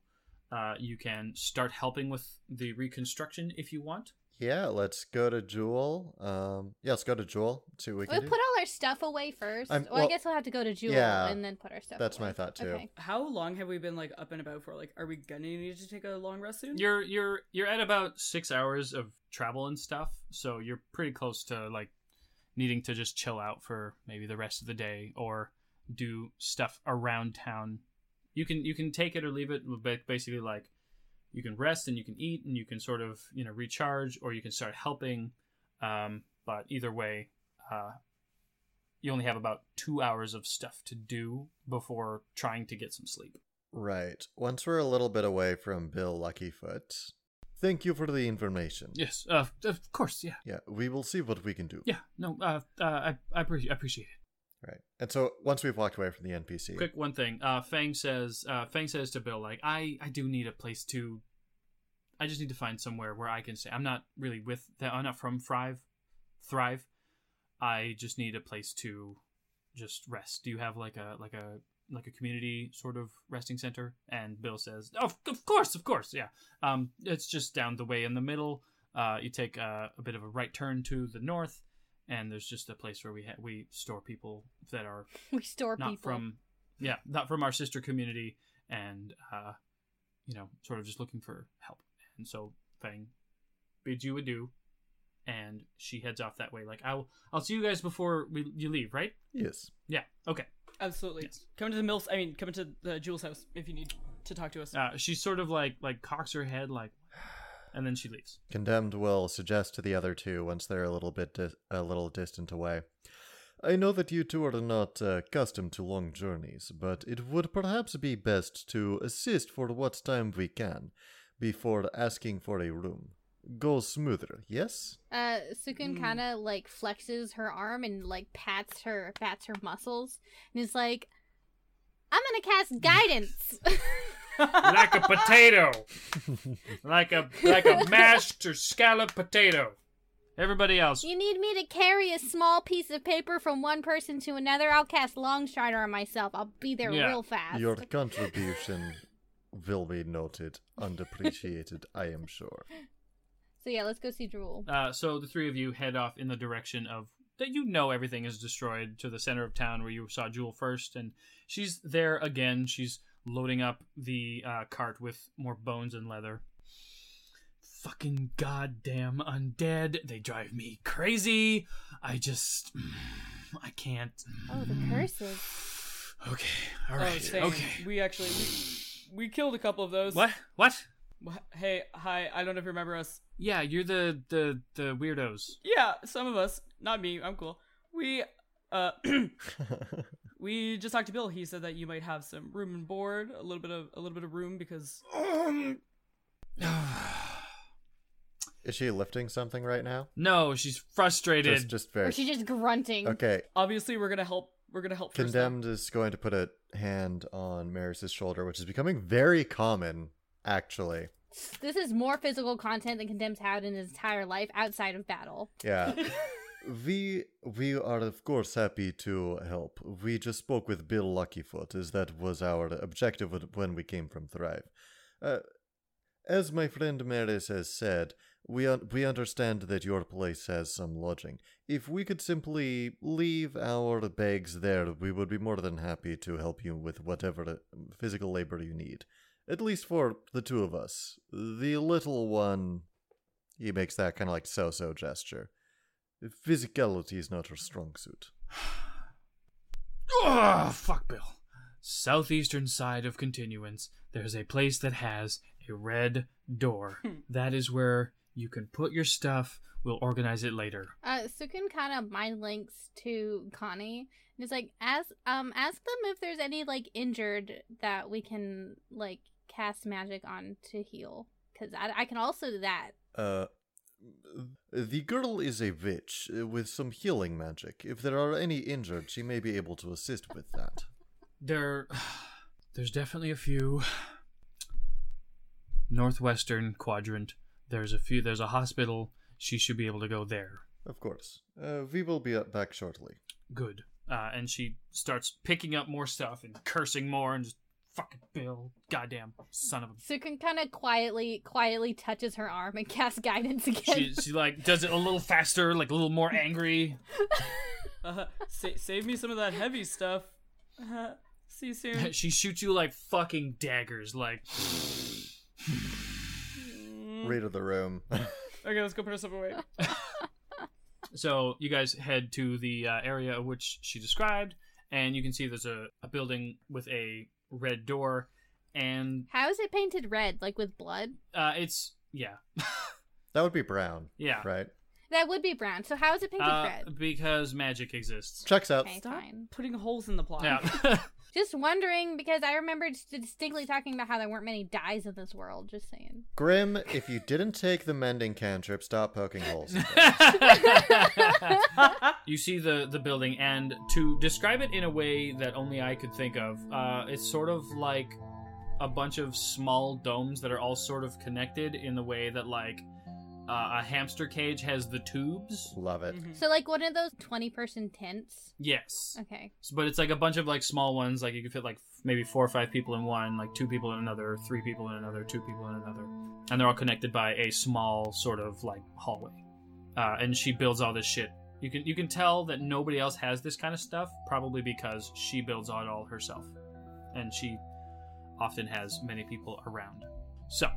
S5: uh, you can start helping with the reconstruction if you want
S2: Yeah, let's go to Jewel. Um, yeah, let's go to Jewel. See what we
S3: We'll
S2: can
S3: put
S2: do.
S3: all our stuff away 1st
S2: I'm-
S3: well, I
S2: well,
S3: guess we'll have to go to Jewel
S2: yeah,
S3: and then put our stuff.
S2: that's my
S3: away.
S2: thought, too.
S3: Okay.
S4: How long have we been like up and about for? Like, are we gonna need to take a long rest soon?
S5: you're you're you're at about six hours of travel and stuff so you're pretty close to like needing to just chill out for maybe the rest of the day or do stuff around town you can you can take it or leave it but basically like you can rest and you can eat and you can sort of you know recharge or you can start helping um, but either way uh, you only have about two hours of stuff to do before trying to get some sleep
S2: Right. Once we're a little bit away from Bill Luckyfoot, thank you for the information.
S5: yes uh, of course yeah
S2: Yeah, we will see what we can do.
S5: Yeah, no, uh, uh, I, I appre- I appreciate it.
S2: Right. And so once we've walked away from the NPC,
S5: Quick one thing. Uh, Fang says, uh, Fang says to Bill, like, I, I do need a place to. I just need to find somewhere where I can stay. I'm not really with. The, I'm not from Thrive. Thrive. I just need a place to just rest. Do you have like a like a like a community sort of resting center? And Bill says, of, of course, of course, yeah. Um, it's just down the way in the middle. Uh, you take uh, a bit of a right turn to the north, and there's just a place where we ha- we store people that are
S3: We store
S5: not
S3: people.
S5: from yeah not from our sister community and uh you know sort of just looking for help and so fang bids you adieu and she heads off that way like i'll i'll see you guys before we you leave right
S2: yes.
S5: yeah okay
S4: Absolutely.
S5: Yes.
S4: Come to the mills. I mean, come to the Jules house if you need to talk to us.
S5: uh she sort of like like cocks her head like and then she leaves
S2: Condemned will suggest to the other two once they're a little bit dis- a little distant away. I know that you two are not uh, accustomed to long journeys, but it would perhaps be best to assist for what time we can before asking for a room. Go smoother, yes?
S3: Uh, Sukun
S4: Mm.
S3: kind of like flexes her arm and like pats her pats her muscles and is like, "I'm gonna
S2: Mm.
S3: cast guidance."
S5: like a potato like a like a mashed or scalloped potato everybody else
S3: You need me to carry a small piece of paper from one person to another. I'll cast long strider on myself. I'll be there
S5: Yeah.
S3: real fast.
S2: Your contribution will be noted and appreciated, I am sure.
S3: So yeah, let's go see Drool.
S5: Uh, so the three of you head off in the direction of that you know everything is destroyed to the center of town where you saw Jewel first, and she's there again. She's loading up the uh, cart with more bones and leather. Fucking goddamn undead! They drive me crazy. I just, I can't.
S3: Oh, the curses.
S5: Okay, all
S4: Oh,
S5: right.
S4: same.
S5: okay.
S4: We actually we, we killed a couple of those.
S5: What? What?
S4: Wh- Hey, hi. I don't know if you remember us.
S5: Yeah, you're the the the weirdos.
S4: Yeah, some of us. Not me. I'm cool. We uh we just talked to Bill. He said that you might have some room and board, a little bit of a little bit of room because
S5: Um.
S2: Is she lifting something right now?
S5: no, she's frustrated.
S2: Just, just very.
S3: Or she just grunting.
S2: Okay.
S4: obviously we're gonna help. We're gonna help. first
S2: Condemned is going to put a hand on Maris's shoulder, which is becoming very common, actually.
S3: This is more physical content than Condemn's had in his entire life outside of battle.
S2: Yeah. we we are of course happy to help. We just spoke with Bill Luckyfoot, as that was our objective when- when we came from Thrive. Uh, as my friend Maris has said, we un- we understand that your place has some lodging. If we could simply leave our bags there, we would be more than happy to help you with whatever uh, physical labor you need. At least for the two of us. The little one, he makes that kind of like so-so gesture. Physicality is not her strong suit.
S5: Ugh, fuck Bill. Southeastern side of continuance, there's a place that has a red door. that is where you can put your stuff. We'll organize it later.
S3: Uh, Sukun kind of mind links to Connie and is like, ask um, ask them if there's any like injured that we can like cast magic on to heal. Cause I, I can also do that.
S2: Uh, the girl is a witch uh, with some healing magic. If there are any injured, she may be able to assist with that.
S5: There, there's definitely a few. Northwestern quadrant. There's a few. There's a hospital. She should be able to go there.
S2: Of course. Uh, we will be up back shortly.
S5: Good. Uh, and she starts picking up more stuff and cursing more and just fucking Bill, goddamn son of a
S3: Sukun kind of quietly quietly touches her arm and casts guidance again.
S5: she, she like does it a little faster, like a little more angry.
S4: Uh, sa- save me some of that heavy stuff. Uh, see you soon.
S5: she shoots you like fucking daggers. Like
S2: Read of the room.
S4: Okay, let's go put ourselves away.
S5: so, you guys head to the uh, area of which she described, and you can see there's a, a building with a red door, and
S3: How is it painted red? Like with blood?
S5: uh, it's yeah,
S2: that would be brown,
S5: yeah,
S2: right?
S3: That would be brown. So how is it painted
S5: uh,
S3: red?
S5: because magic exists.
S2: Checks out.
S3: Okay,
S4: Stop
S3: fine.
S4: putting holes in the plot.
S5: Yeah,
S3: Just wondering because I remember distinctly talking about how there weren't many dyes in this world. Just saying.
S2: Grim, if you didn't take the mending cantrip, stop poking holes.
S5: you see the the building, and to describe it in a way that only I could think of, uh, it's sort of like a bunch of small domes that are all sort of connected in the way that like uh, a hamster cage has the tubes.
S2: Love it.
S4: Mhm.
S3: So like one of those twenty person tents.
S5: Yes,
S3: Okay.
S5: S- but it's like a bunch of like small ones. Like you could fit like f- maybe four or five people in one, like two people in another, three people in another, two people in another, and they're all connected by a small sort of like hallway. Uh, and she builds all this shit. You can you can tell that nobody else has this kind of stuff, probably because she builds it all herself, and she often has many people around. So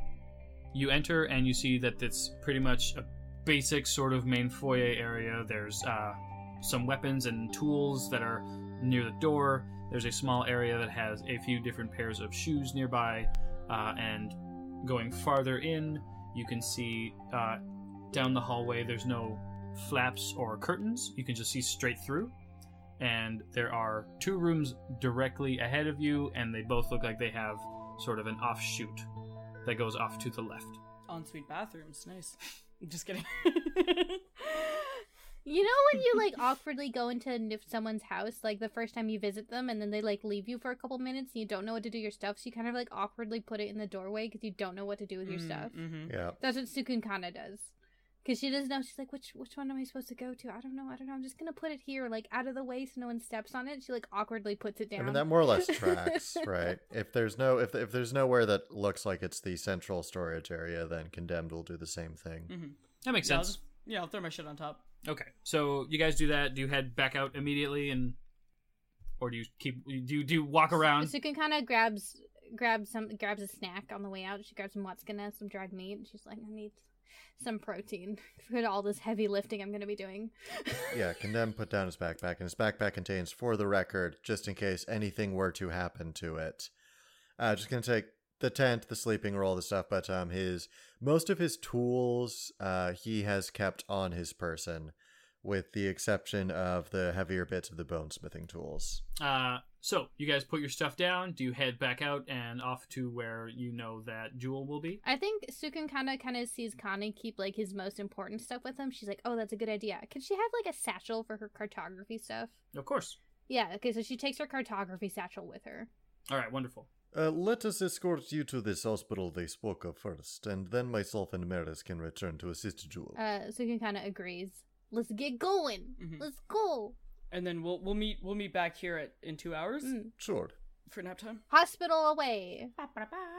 S5: you enter and you see that it's pretty much a basic sort of main foyer area. There's uh, some weapons and tools that are near the door. There's a small area that has a few different pairs of shoes nearby, uh, and going farther in, you can see uh, down the hallway. There's no flaps or curtains. You can just see straight through. And there are two rooms directly ahead of you, and they both look like they have sort of an offshoot that goes off to the left.
S4: Ensuite bathrooms. Nice. Just kidding.
S3: You know when you like awkwardly go into n- someone's house, like the first time you visit them, and then they like leave you for a couple minutes, and you don't know what to do with your stuff, so you kind of like awkwardly put it in the doorway because you don't know what to do with your
S2: Mm,
S3: stuff.
S4: Mm-hmm.
S2: Yeah.
S3: That's what Sukun Kana does, because she doesn't know. She's like, which which one am I supposed to go to? I don't know. I don't know. I'm just gonna put it here, like out of the way, so no one steps on it. She like awkwardly puts it down.
S2: I mean that more or less tracks, right? If there's no if if there's nowhere that looks like it's the central storage area, then condemned will do the same thing.
S5: That makes
S4: Mm-hmm. Yeah, I'll
S5: sense.
S4: just, yeah, I'll throw my shit on top.
S5: Okay, so you guys do that. Do you head back out immediately, and or do you keep? Do you do you walk around?
S3: Sukun Kana grabs grabs some grabs a snack on the way out. She grabs some watsukana, some dried meat. and She's like, I need some protein for all this heavy lifting I'm gonna be doing.
S2: Yeah, condemned put down his backpack, and his backpack contains, for the record, just in case anything were to happen to it. Uh, just gonna take the tent, the sleeping roll, the stuff, but um, his most of his tools uh, he has kept on his person, with the exception of the heavier bits of the bone smithing tools.
S5: Uh, so you guys put your stuff down. Do you head back out and off to where you know that Jewel will be?
S3: I think Sukun kinda kinda sees Connie keep like his most important stuff with him. She's like, Oh, that's a good idea. Could she have like a satchel for her cartography stuff?
S5: Of course.
S3: Yeah, okay, so she takes her cartography satchel with her.
S5: All right, wonderful.
S2: Uh, let us escort you to this hospital they spoke of first, and then myself and Maris can return to assist Jewel.
S3: Uh Sukun kinda agrees. Let's get going.
S4: Mhm.
S3: Let's go.
S4: and then we'll we'll meet we'll meet back here at in two hours
S3: Mm.
S2: sure.
S4: for nap time.
S3: Hospital away.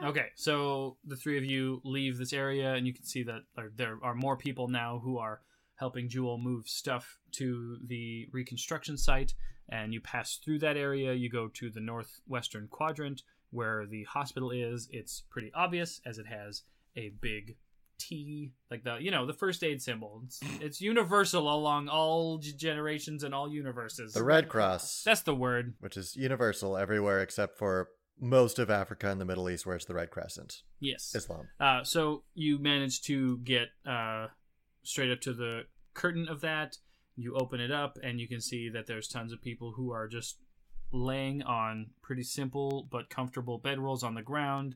S5: Okay, so the three of you leave this area, and you can see that there, there are more people now who are helping Jewel move stuff to the reconstruction site. And you pass through that area, you go to the northwestern quadrant where the hospital is. It's pretty obvious as it has a big T, like the you know the first aid symbol. It's, it's universal along all g- generations and all universes.
S2: The Red Cross,
S5: That's the word.
S2: which is universal everywhere except for most of Africa and the Middle East, where it's the Red Crescent,
S5: Yes.
S2: Islam.
S5: Uh, so you manage to get uh, straight up to the curtain of that. You open it up, and you can see that there's tons of people who are just laying on pretty simple but comfortable bedrolls on the ground,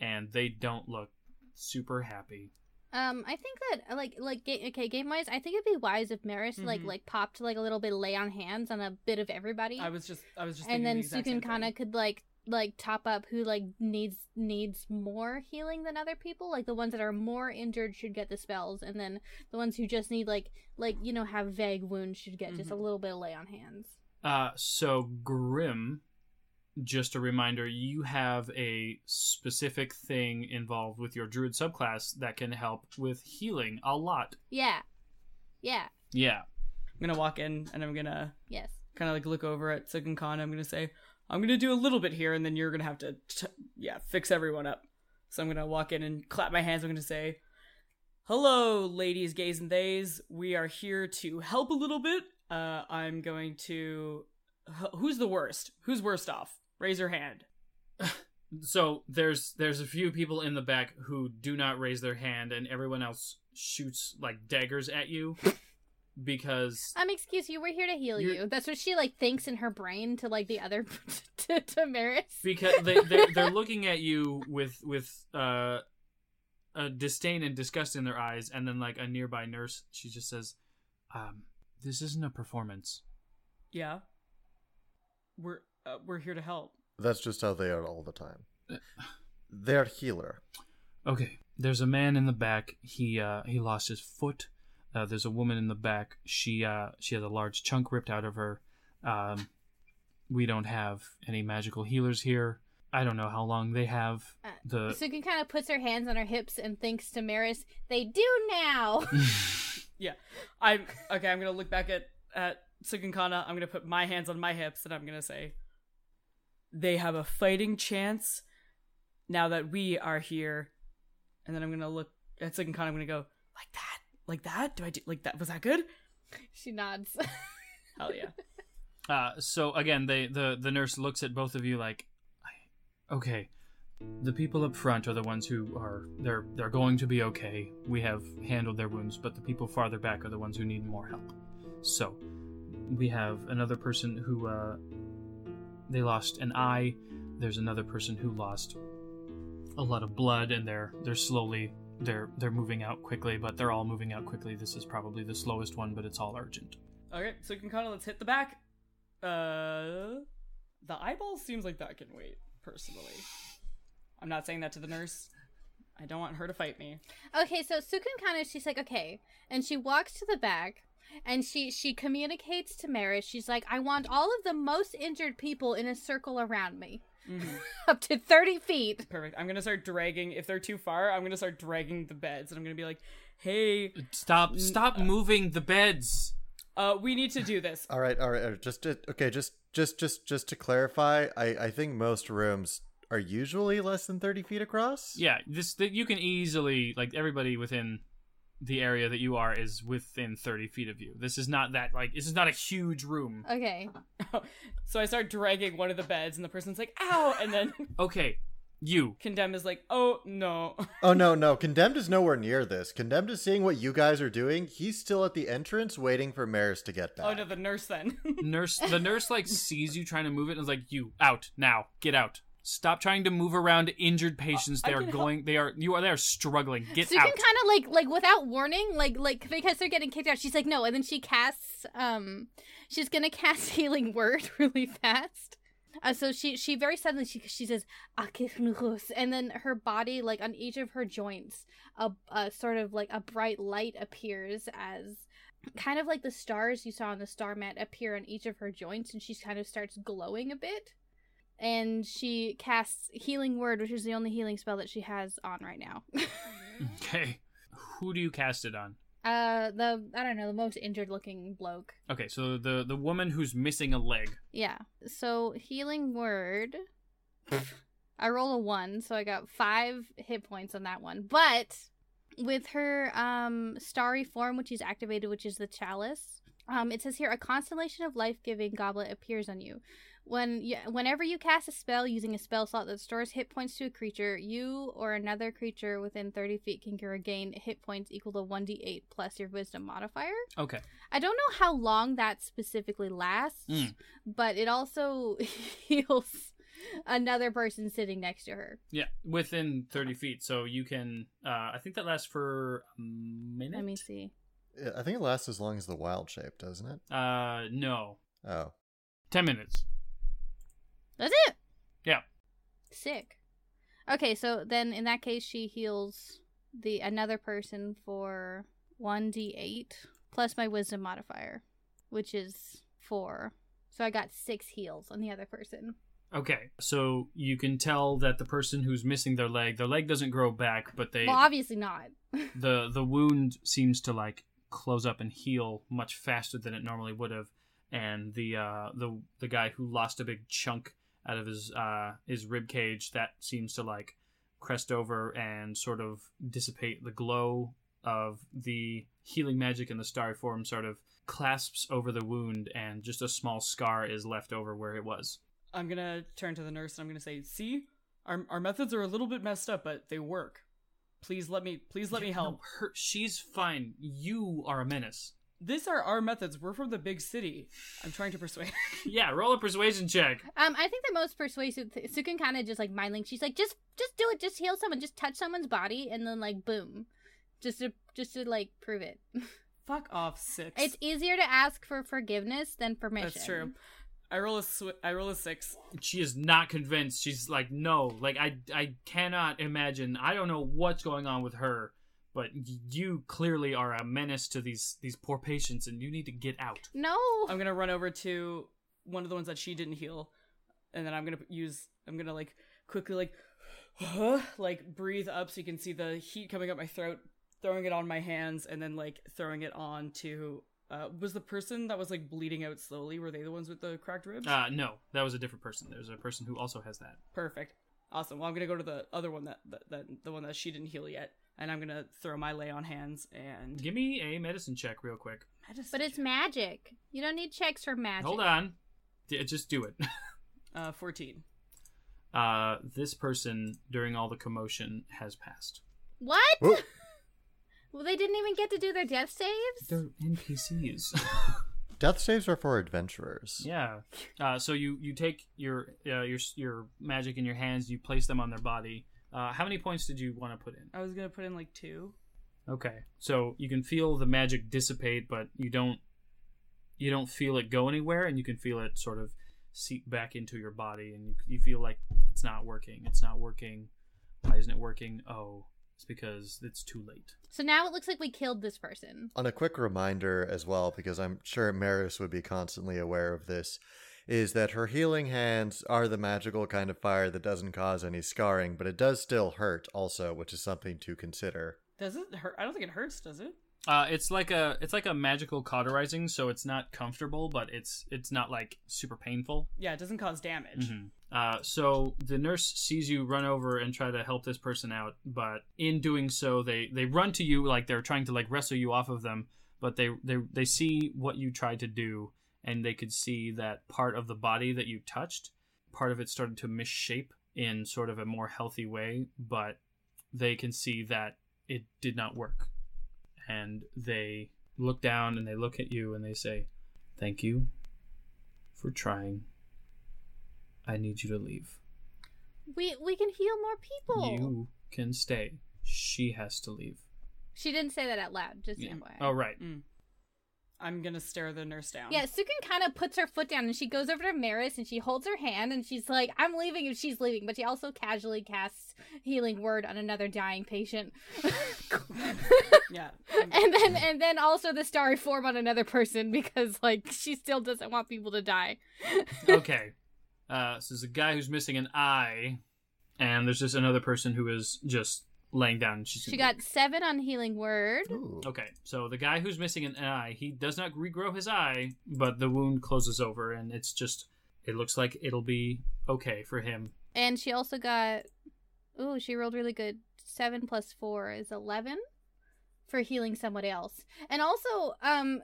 S5: and they don't look super happy.
S3: Um, I think that like like ga- okay, game wise, I think it'd be wise if Maris like
S4: Mhm.
S3: like popped like a little bit of lay on hands on a bit of everybody,
S4: I was just I was just
S3: and then
S4: thinking the
S3: Sukun
S4: exact same
S3: kind
S4: thing.
S3: of could like like top up who like needs needs more healing than other people. Like the ones that are more injured should get the spells, and then the ones who just need like like you know have vague wounds should get
S4: Mm-hmm.
S3: just a little bit of lay on hands.
S5: Uh, so Grim, just a reminder, you have a specific thing involved with your druid subclass that can help with healing a lot.
S3: Yeah, yeah,
S5: Yeah.
S4: I'm gonna walk in and I'm gonna
S3: yes.
S4: kind of like look over at Sukun Khan. I'm gonna say I'm gonna do a little bit here, and then you're gonna have to t- yeah fix everyone up. So I'm gonna walk in and clap my hands. I'm gonna say, "Hello, ladies, gays, and theys. We are here to help a little bit. Uh, I'm going to. Wh- Who's the worst? Who's worst off? Raise your hand.
S5: so there's there's a few people in the back who do not raise their hand and everyone else shoots like daggers at you because
S3: Um, excuse you, we're here to heal
S5: You're-
S3: you. That's what she like thinks in her brain to like the other to, to Maris.
S5: because they they're, they're looking at you with with uh a disdain and disgust in their eyes and then like a nearby nurse she just says um this isn't a performance
S4: Yeah. We're uh, we're here to help.
S2: That's just how they are all the time. They're healer.
S5: Okay. There's a man in the back. He uh, he lost his foot. Uh, there's a woman in the back. She uh, she has a large chunk ripped out of her. Um, we don't have any magical healers here. I don't know how long they have.
S3: Uh,
S5: The
S3: Sukin kind of puts her hands on her hips and thinks to Maris, "They do now."
S4: I'm okay. I'm gonna look back at at Sukunkana. I'm gonna put my hands on my hips, and I'm gonna say, "They have a fighting chance now that we are here." And then I'm gonna look at Sukunkana. I'm gonna go like that, like that. Do I do like that? Was that good?
S3: she nods.
S4: Hell yeah.
S5: uh, so again, they the the nurse looks at both of you like, I, okay. The people up front are the ones who are they're they're going to be okay. We have handled their wounds, but the people farther back are the ones who need more help. So, we have another person who uh, they lost an eye. There's another person who lost a lot of blood, and they're they're slowly they're they're moving out quickly, but they're all moving out quickly. This is probably the slowest one, but it's all urgent.
S4: Okay, Sukunkana, let's hit the back. Uh, the eyeball seems like that can wait. Personally, I'm not saying that to the nurse. I don't want her to fight me.
S3: okay, so Sukun kind of she's like, "Okay," and she walks to the back and she she communicates to Maris. She's like, "I want all of the most injured people in a circle around me,
S4: Mhm.
S3: up to thirty feet."
S4: Perfect. I'm gonna start dragging. If they're too far, I'm gonna start dragging the beds, and I'm gonna be like, "Hey,
S5: Stop!
S3: uh,
S5: Stop moving the beds.
S4: uh, we need to do this."
S2: All right, all right. all right, Just to, okay. Just, just, just, just to clarify, I, I think most rooms are usually less than thirty feet across.
S5: Yeah, this that you can easily like everybody within the area that you are is within thirty feet of you. This is not that like this is not a huge room.
S3: Okay,
S4: so I start dragging one of the beds, and the person's like, "Ow!" And then
S5: Okay, You.
S4: Condemn is like, oh no.
S2: Oh no, no. Condemned is nowhere near this. Condemned is seeing what you guys are doing. He's still at the entrance waiting for Maris to get back.
S4: Oh no, the nurse then.
S5: Nurse the nurse like sees you trying to move it and is like, you out now. Get out. Stop trying to move around injured patients.
S4: I
S5: they are
S4: can
S5: going they are you are they are struggling. Get
S3: so you
S5: out.
S3: can kind of like like without warning, like like because they're getting kicked out. She's like, no, and then she casts um, she's gonna cast healing word really fast. Uh, so she she very suddenly she she says "Akirnurus," and then her body like on each of her joints a, a sort of like a bright light appears as kind of like the stars you saw on the star mat appear on each of her joints and she kind of starts glowing a bit and she casts healing word which is the only healing spell that she has on right now
S5: okay. Who do you cast it on?
S3: uh the i don't know the most injured looking bloke
S5: Okay, so the the woman who's missing a leg.
S3: yeah so healing word i roll a one so i got five hit points on that one but with her um starry form which is activated which is the chalice um it says here a constellation of life-giving goblet appears on you when you, whenever you cast a spell using a spell slot that stores hit points to a creature you or another creature within 30 feet can regain hit points equal to 1d8 plus your wisdom modifier
S5: Okay.
S3: I don't know how long that specifically lasts,
S5: Mm.
S3: but it also heals another person sitting next to her.
S5: Yeah, within 30 feet. So you can, uh, I think that lasts for a minute.
S3: Let me see.
S2: Yeah, I think it lasts as long as the wild shape, doesn't it?
S5: Uh, no.
S2: Oh.
S5: 10 minutes.
S3: That's it.
S5: Yeah.
S3: Sick. Okay, so then in that case, she heals the another person for one d eight plus my wisdom modifier, which is four. So I got six heals on the other person.
S5: Okay. So you can tell that the person who's missing their leg, their leg doesn't grow back, but they,
S3: Well, obviously not.
S5: the, the wound seems to like close up and heal much faster than it normally would have. And the, uh, the, the guy who lost a big chunk out of his, uh, his rib cage, that seems to like crest over and sort of dissipate the glow of the healing magic and the starry form sort of clasps over the wound and just a small scar is left over where it was.
S4: I'm gonna turn to the nurse and I'm gonna say, see, our our methods are a little bit messed up, but they work. Please let me please let me
S5: Yeah,
S4: help.
S5: no, her she's fine. You are a menace.
S4: These are our methods. We're from the big city. I'm trying to persuade
S5: Yeah, roll a persuasion check.
S3: Um, I think the most persuasive th- Sukin kind of just like mind link. She's like, just just do it, just heal someone, just touch someone's body, and then like boom, just to just to like prove it.
S4: Fuck off, six.
S3: It's easier to ask for forgiveness than permission.
S4: That's true. I roll a sw- I roll a six.
S5: She is not convinced. She's like, no, like I, I cannot imagine. I don't know what's going on with her, but y- you clearly are a menace to these these poor patients, and you need to get out.
S3: No,
S4: I'm gonna run over to one of the ones that she didn't heal, and then I'm gonna use. I'm gonna like quickly like, like breathe up so you can see the heat coming up my throat. Throwing it on my hands and then like throwing it on to. Uh, was the person that was like bleeding out slowly? Were they the ones with the cracked ribs?
S5: Uh, no, that was a different person. There's a person who also has that.
S4: Perfect. Awesome. Well, I'm gonna go to the other one that, that, that the one that she didn't heal yet, and I'm gonna throw my lay on hands and
S5: Give me a medicine check real quick.
S4: medicine.
S3: but it's
S4: check.
S3: magic. You don't need checks for magic.
S5: Hold on. D- just do it.
S4: uh, fourteen.
S5: Uh, this person, during all the commotion, has passed.
S3: What?
S2: Whoa.
S3: Well, they didn't even get to do their death saves.
S5: They're NPCs.
S2: Death saves are for adventurers.
S5: yeah. Uh, so you, you take your uh, your your magic in your hands. You place them on their body. Uh, how many points did you want to put in?
S4: I was gonna put in like two.
S5: Okay. So you can feel the magic dissipate, but you don't you don't feel it go anywhere, and you can feel it sort of seep back into your body, and you, you feel like it's not working. It's not working. Why isn't it working? Oh, it's because it's too late.
S3: So now it looks like we killed this person.
S2: On a quick reminder as well, because I'm sure Maris would be constantly aware of this, is that her healing hands are the magical kind of fire that doesn't cause any scarring, but it does still hurt also, which is something to consider.
S4: Does it hurt? I don't think it hurts. Does it?
S5: Uh, it's like a it's like a magical cauterizing, so it's not comfortable, but it's it's not like super painful.
S4: Yeah, it doesn't cause damage.
S5: Mhm. Uh, so the nurse sees you run over and try to help this person out, but in doing so, they they run to you like they're trying to like wrestle you off of them, but they they they see what you tried to do, and they could see that part of the body that you touched, part of it started to misshape in sort of a more healthy way, but they can see that it did not work. And they look down and they look at you and they say, Thank you for trying. I need you to leave.
S3: We we can heal more people.
S5: You can stay. She has to leave.
S3: She didn't say that out loud, just yeah. FYI.
S5: Oh, right.
S4: Mm. I'm gonna stare the nurse down.
S3: Yeah, Sukin kind of puts her foot down and she goes over to Maris and she holds her hand and she's like, I'm leaving if she's leaving. But she also casually casts healing word on another dying patient.
S4: yeah.
S3: and then and then also the starry form on another person because like she still doesn't want people to die. Mm-hmm.
S5: okay. Uh, so there's a guy who's missing an eye, and there's just another person who is just laying down. She's
S3: she got seven on healing word.
S2: Ooh.
S5: Okay, so the guy who's missing an eye, he does not regrow his eye, but the wound closes over, and it's just, it looks like it'll be okay for him.
S3: And she also got, ooh, she rolled really good. Seven plus four is eleven for healing someone else. And also, um,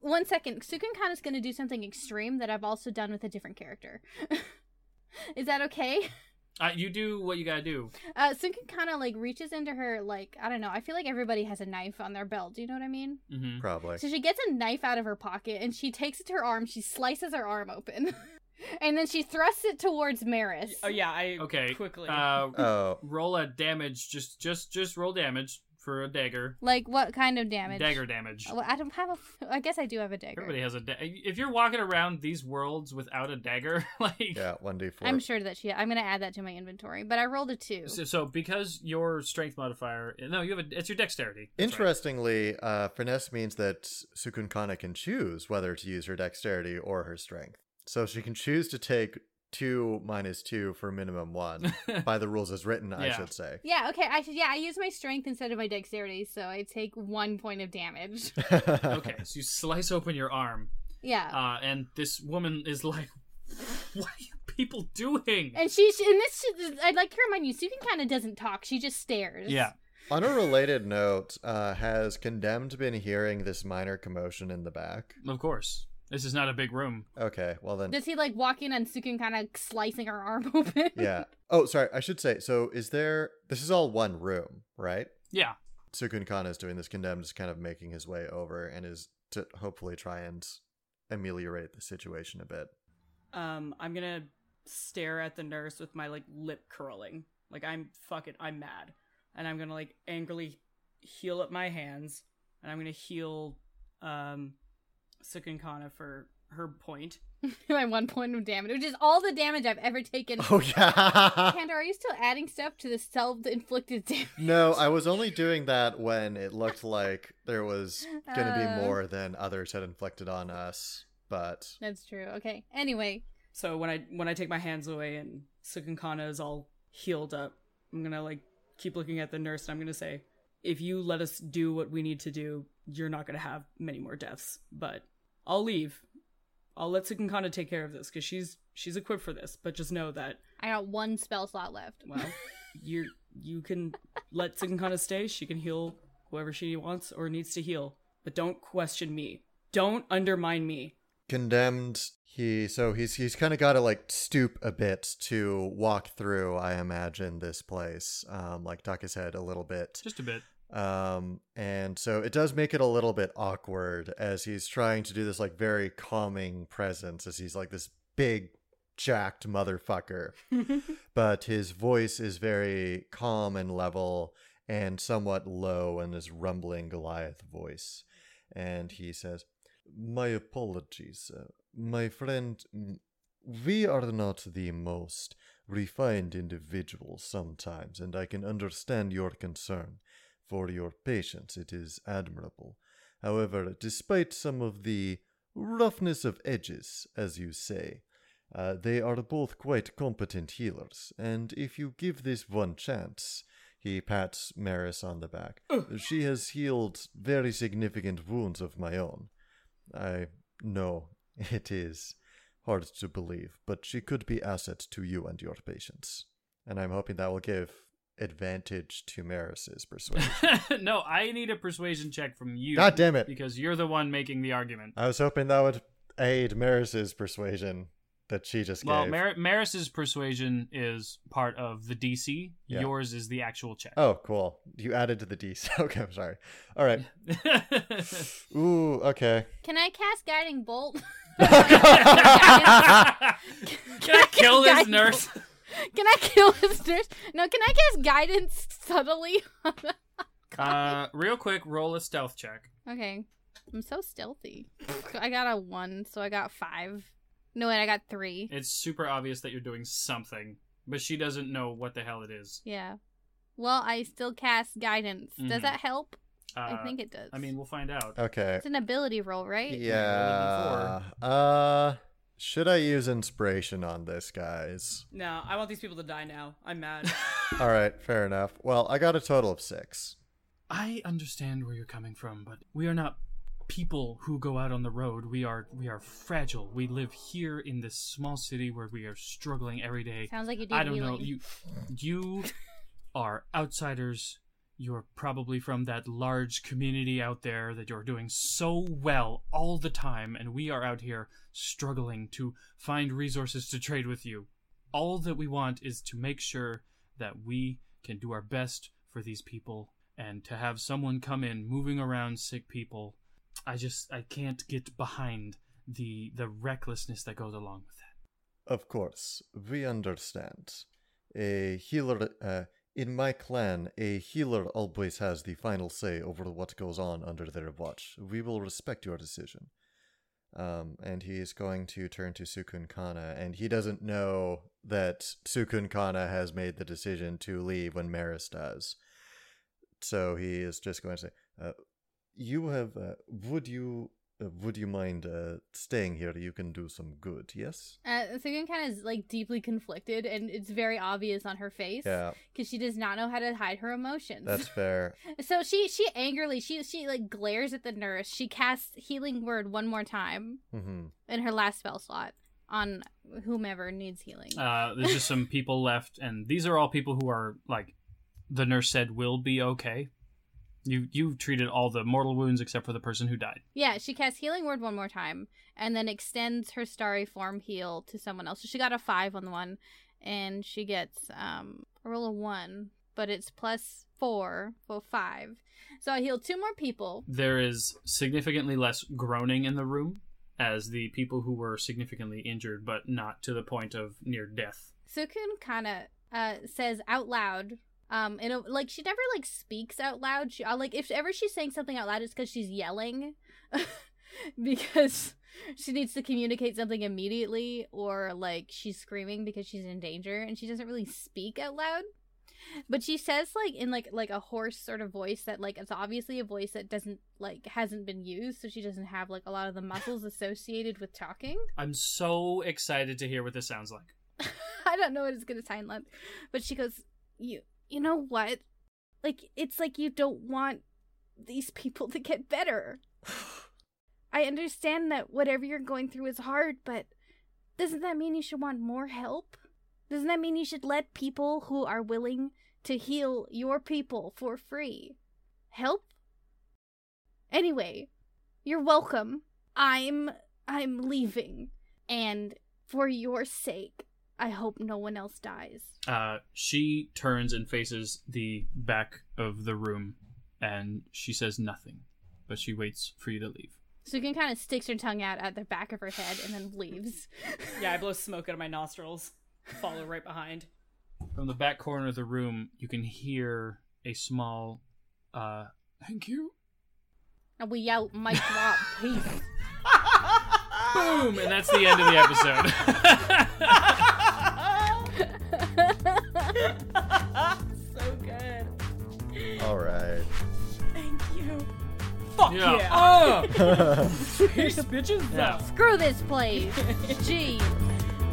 S3: one second, Sukun Khan is going to do something extreme that I've also done with a different character. is that okay?
S5: Uh, you do what you gotta do.
S3: Uh, Sunken kind of like reaches into her like I don't know. I feel like everybody has a knife on their belt. Do you know what I mean?
S5: Mm-hmm.
S2: Probably.
S3: So she gets a knife out of her pocket and she takes it to her arm. She slices her arm open, and then she thrusts it towards Maris.
S4: Oh yeah, I
S5: Okay.
S4: quickly.
S5: Uh,
S2: Oh.
S5: roll a damage. Just, just, just roll damage for a dagger.
S3: Like what kind of damage?
S5: Dagger damage.
S3: Well, I don't have a. f- I guess I do have a dagger.
S5: Everybody has a da- If you're walking around these worlds without a dagger, like
S2: Yeah, 1d4.
S3: I'm sure that she. I'm gonna add that to my inventory, but I rolled a two.
S5: So, so because your strength modifier, no, you have a, it's your dexterity. That's right.
S2: Interestingly, uh, finesse means that Sukun Kana can choose whether to use her dexterity or her strength. So she can choose to take two minus two for minimum one by the rules as written, I
S5: Yeah.
S2: should say.
S3: yeah. Okay. I should. Yeah. I use my strength instead of my dexterity, so I take one point of damage.
S5: okay, so you slice open your arm,
S3: Yeah.
S5: uh, and this woman is like, "What are you people doing?"
S3: and she, she. And this. she- I'd like to remind you, Sukin kind of doesn't talk. She just stares.
S5: yeah,
S2: On a related note, uh, has Condemned been hearing this minor commotion in the back?
S5: of course. This is not a big room.
S2: Okay, well then.
S3: Does he like walk in on Sukun kind of slicing her arm open?
S2: yeah. Oh, sorry, I should say. So is there. This is all one room, right?
S5: Yeah,
S2: Sukun Khan is doing this. Condemned is kind of making his way over and is to hopefully try and ameliorate the situation a bit.
S4: um, I'm gonna stare at the nurse with my like lip curling. Like I'm fucking, I'm mad, and I'm gonna like angrily heal up my hands, and I'm gonna heal um, Sukunkana for her point.
S3: My one point of damage, which is all the damage I've ever taken.
S2: Oh, yeah.
S3: Kanda, are you still adding stuff to the self-inflicted damage?
S2: No, I was only doing that when it looked like there was going to
S3: Uh.
S2: be more than others had inflicted on us. But
S3: That's true. Okay. Anyway,
S4: So when I when I take my hands away and Sukunkana is all healed up, I'm gonna like keep looking at the nurse, and I'm gonna say, if you let us do what we need to do, you're not gonna have many more deaths. But I'll leave. I'll let Sukunkana take care of this because she's she's equipped for this. But just know that
S3: I got one spell slot left.
S4: well, you you can let Sukunkana stay. She can heal whoever she wants or needs to heal. But don't question me. Don't undermine me.
S2: condemned, he so he's he's kind of got to like stoop a bit to walk through. I imagine this place, um, like duck his head a little bit.
S5: just a bit.
S2: um and so it does make it a little bit awkward as he's trying to do this like very calming presence as he's like this big jacked motherfucker but his voice is very calm and level and somewhat low in his rumbling goliath voice and he says my apologies uh, my friend mm, we are not the most refined individuals sometimes and i can understand your concern for your patience. It is admirable. However, despite some of the roughness of edges, as you say, uh, they are both quite competent healers, and if you give this one chance, he pats Maris on the back. She has healed very significant wounds of my own. I know it is hard to believe, but she could be asset to you and your patients. And I'm hoping that will give advantage to Maris's persuasion.
S5: no, I need a persuasion check from you.
S2: God damn it.
S5: Because you're the one making the argument.
S2: I was hoping that would aid Maris's persuasion. that she just
S5: Well,
S2: gave.
S5: Mar- Maris's persuasion is part of the DC.
S2: Yeah.
S5: Yours is the actual check.
S2: oh, cool. You added to the D. Okay, I'm sorry. All right. Ooh, okay.
S3: Can I cast Guiding Bolt?
S5: Can I kill this
S3: Guiding
S5: nurse?
S3: Can I kill this nurse? No, can I cast Guidance subtly?
S5: Uh, real quick, roll a stealth check.
S3: okay. I'm so stealthy. I got a one, so I got five. No, wait, I got three.
S5: It's super obvious that you're doing something, but she doesn't know what the hell it is.
S3: Yeah. Well, I still cast Guidance.
S5: Mhm.
S3: Does that help?
S5: Uh,
S3: I think it does.
S5: I mean, we'll find out.
S2: Okay.
S3: it's an ability roll, right?
S2: Yeah. Uh, should I use inspiration on this, guys?
S4: No, I want these people to die now. I'm mad.
S2: All right, fair enough. Well, I got a total of six.
S5: I understand where you're coming from, but we are not people who go out on the road. We are we are fragile. We live here in this small city where we are struggling every day.
S3: Sounds like you do
S5: I don't know.
S3: healing.
S5: You you are outsiders. You're probably from that large community out there that you're doing so well all the time, and we are out here struggling to find resources to trade with you. All that we want is to make sure that we can do our best for these people and to have someone come in moving around sick people. I just I can't get behind the the recklessness that goes along with that.
S2: Of course, we understand. A healer, uh, in my clan, a healer always has the final say over what goes on under their watch. We will respect your decision. Um, and he is going to turn to Sukun Kana, and he doesn't know that Sukun Kana has made the decision to leave when Maris does. So he is just going to say, uh, "You have. Uh, would you? Uh, would you mind uh, staying here? You can do some good. Yes."
S3: Uh, Sugun kind of is like deeply conflicted, and it's very obvious on her face
S2: Yeah,
S3: because she does not know how to hide her emotions.
S2: that's fair.
S3: so she she angrily she she like glares at the nurse. She casts healing word one more time
S2: hmm
S3: in her last spell slot on whomever needs healing.
S5: Uh, there's just some people left, and these are all people who are like the nurse said will be okay. You you treated all the mortal wounds except for the person who died.
S3: yeah, she casts healing word one more time and then extends her starry form heal to someone else. So she got a five on the one, and she gets um a roll of one, but it's plus four, well five. So I heal two more people.
S5: There is significantly less groaning in the room as the people who were significantly injured, but not to the point of near death.
S3: Sukun kind of uh, says out loud. Um, in a, like she never like speaks out loud. She uh, like if ever she's saying something out loud, it's because she's yelling, because she needs to communicate something immediately, or like she's screaming because she's in danger, and she doesn't really speak out loud. But she says like in like like a hoarse sort of voice that like it's obviously a voice that doesn't like hasn't been used, so she doesn't have like a lot of the muscles associated with talking.
S5: I'm so excited to hear what this sounds like.
S3: I don't know what it's gonna sound like, but she goes, "You, you know what? Like it's like you don't want these people to get better. I understand that whatever you're going through is hard, but doesn't that mean you should want more help? Doesn't that mean you should let people who are willing to heal your people for free help? Anyway, you're welcome. I'm I'm leaving, and for your sake." I hope no one else dies.
S5: Uh, she turns and faces the back of the room, and she says nothing, but she waits for you to leave.
S3: So Sukin kind of sticks her tongue out at the back of her head and then leaves.
S4: yeah, I blow smoke out of my nostrils. Follow right behind.
S5: From the back corner of the room, you can hear a small, uh, thank you.
S3: And we yell, mic drop, peace.
S5: Boom! And that's the end of the episode.
S4: So good.
S2: All right.
S4: Thank you. Fuck
S5: Yeah. Oh.
S4: yeah.
S5: Peace, bitches.
S3: Screw this place. Gee.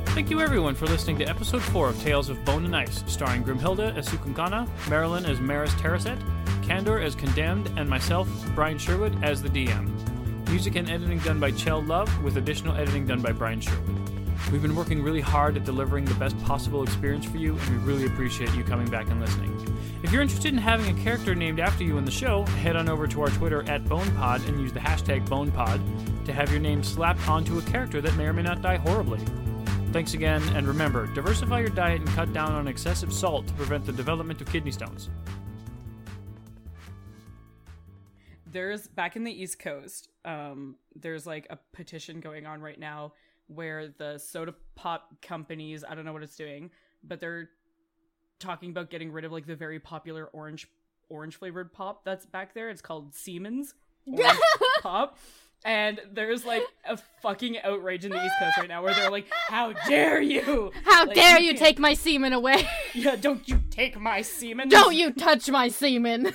S5: Thank you, everyone, for listening to episode 4 of Tales of Bone and Ice, starring Grimhilda as Sukunkana, Marilyn as Maris Terracet, Candor as Condemned, and myself, Brian Sherwood, as the DM. Music and editing done by Chell Love, with additional editing done by Brian Sherwood. We've been working really hard at delivering the best possible experience for you, and we really appreciate you coming back and listening. If you're interested in having a character named after you in the show, head on over to our Twitter at BonePod and use the hashtag BonePod to have your name slapped onto a character that may or may not die horribly. Thanks again, and remember diversify your diet and cut down on excessive salt to prevent the development of kidney stones.
S4: there's back in the east coast um there's like a petition going on right now where the soda pop companies i don't know what it's doing but they're talking about getting rid of like the very popular orange orange flavored pop that's back there it's called siemens orange pop and there's like a fucking outrage in the east coast right now where they're like how dare you
S3: How
S4: Like,
S3: dare you
S4: can't-
S3: take my semen away?
S4: yeah don't you take my semen
S3: Don't you touch my semen.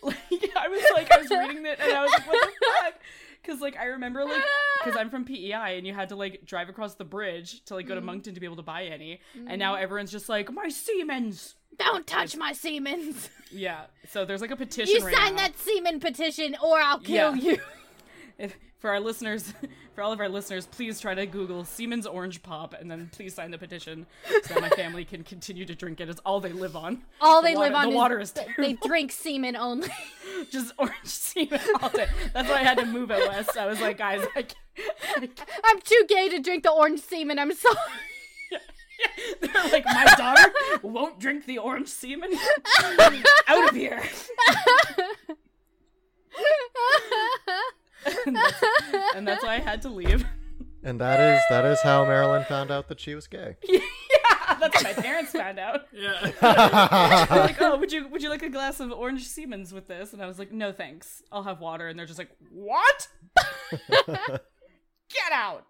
S4: like I was like I was reading it and I was like what the fuck because like I remember like because I'm from PEI and you had to like drive across the bridge to like
S3: Mm-hmm.
S4: go to Moncton to be able to buy any and now everyone's just like my Siemens
S3: Don't touch my semen's.
S4: yeah so there's like a petition
S3: You
S4: right
S3: sign
S4: now.
S3: that semen petition or I'll kill
S4: Yeah.
S3: you.
S4: if, for our listeners for all of our listeners please try to Google Siemens orange pop and then please sign the petition so that my family can continue to drink it it's all they live on
S3: All
S4: The
S3: they
S4: water-
S3: live on
S4: the
S3: is
S4: water is
S3: th- they drink semen only.
S4: just orange Siemens all day that's why I had to move out west I was like guys I can't, I
S3: I'm too gay to drink the orange semen. I'm sorry.
S4: They're like, my daughter won't drink the orange semen. Out of here. And that's why I had to leave.
S2: And that is that is how Marilyn found out that she was gay.
S4: That's what my parents found out.
S5: Yeah.
S4: They're like, oh, would you would you like a glass of orange Siemens with this? And I was like, no thanks. I'll have water. And they're just like, what? Get out.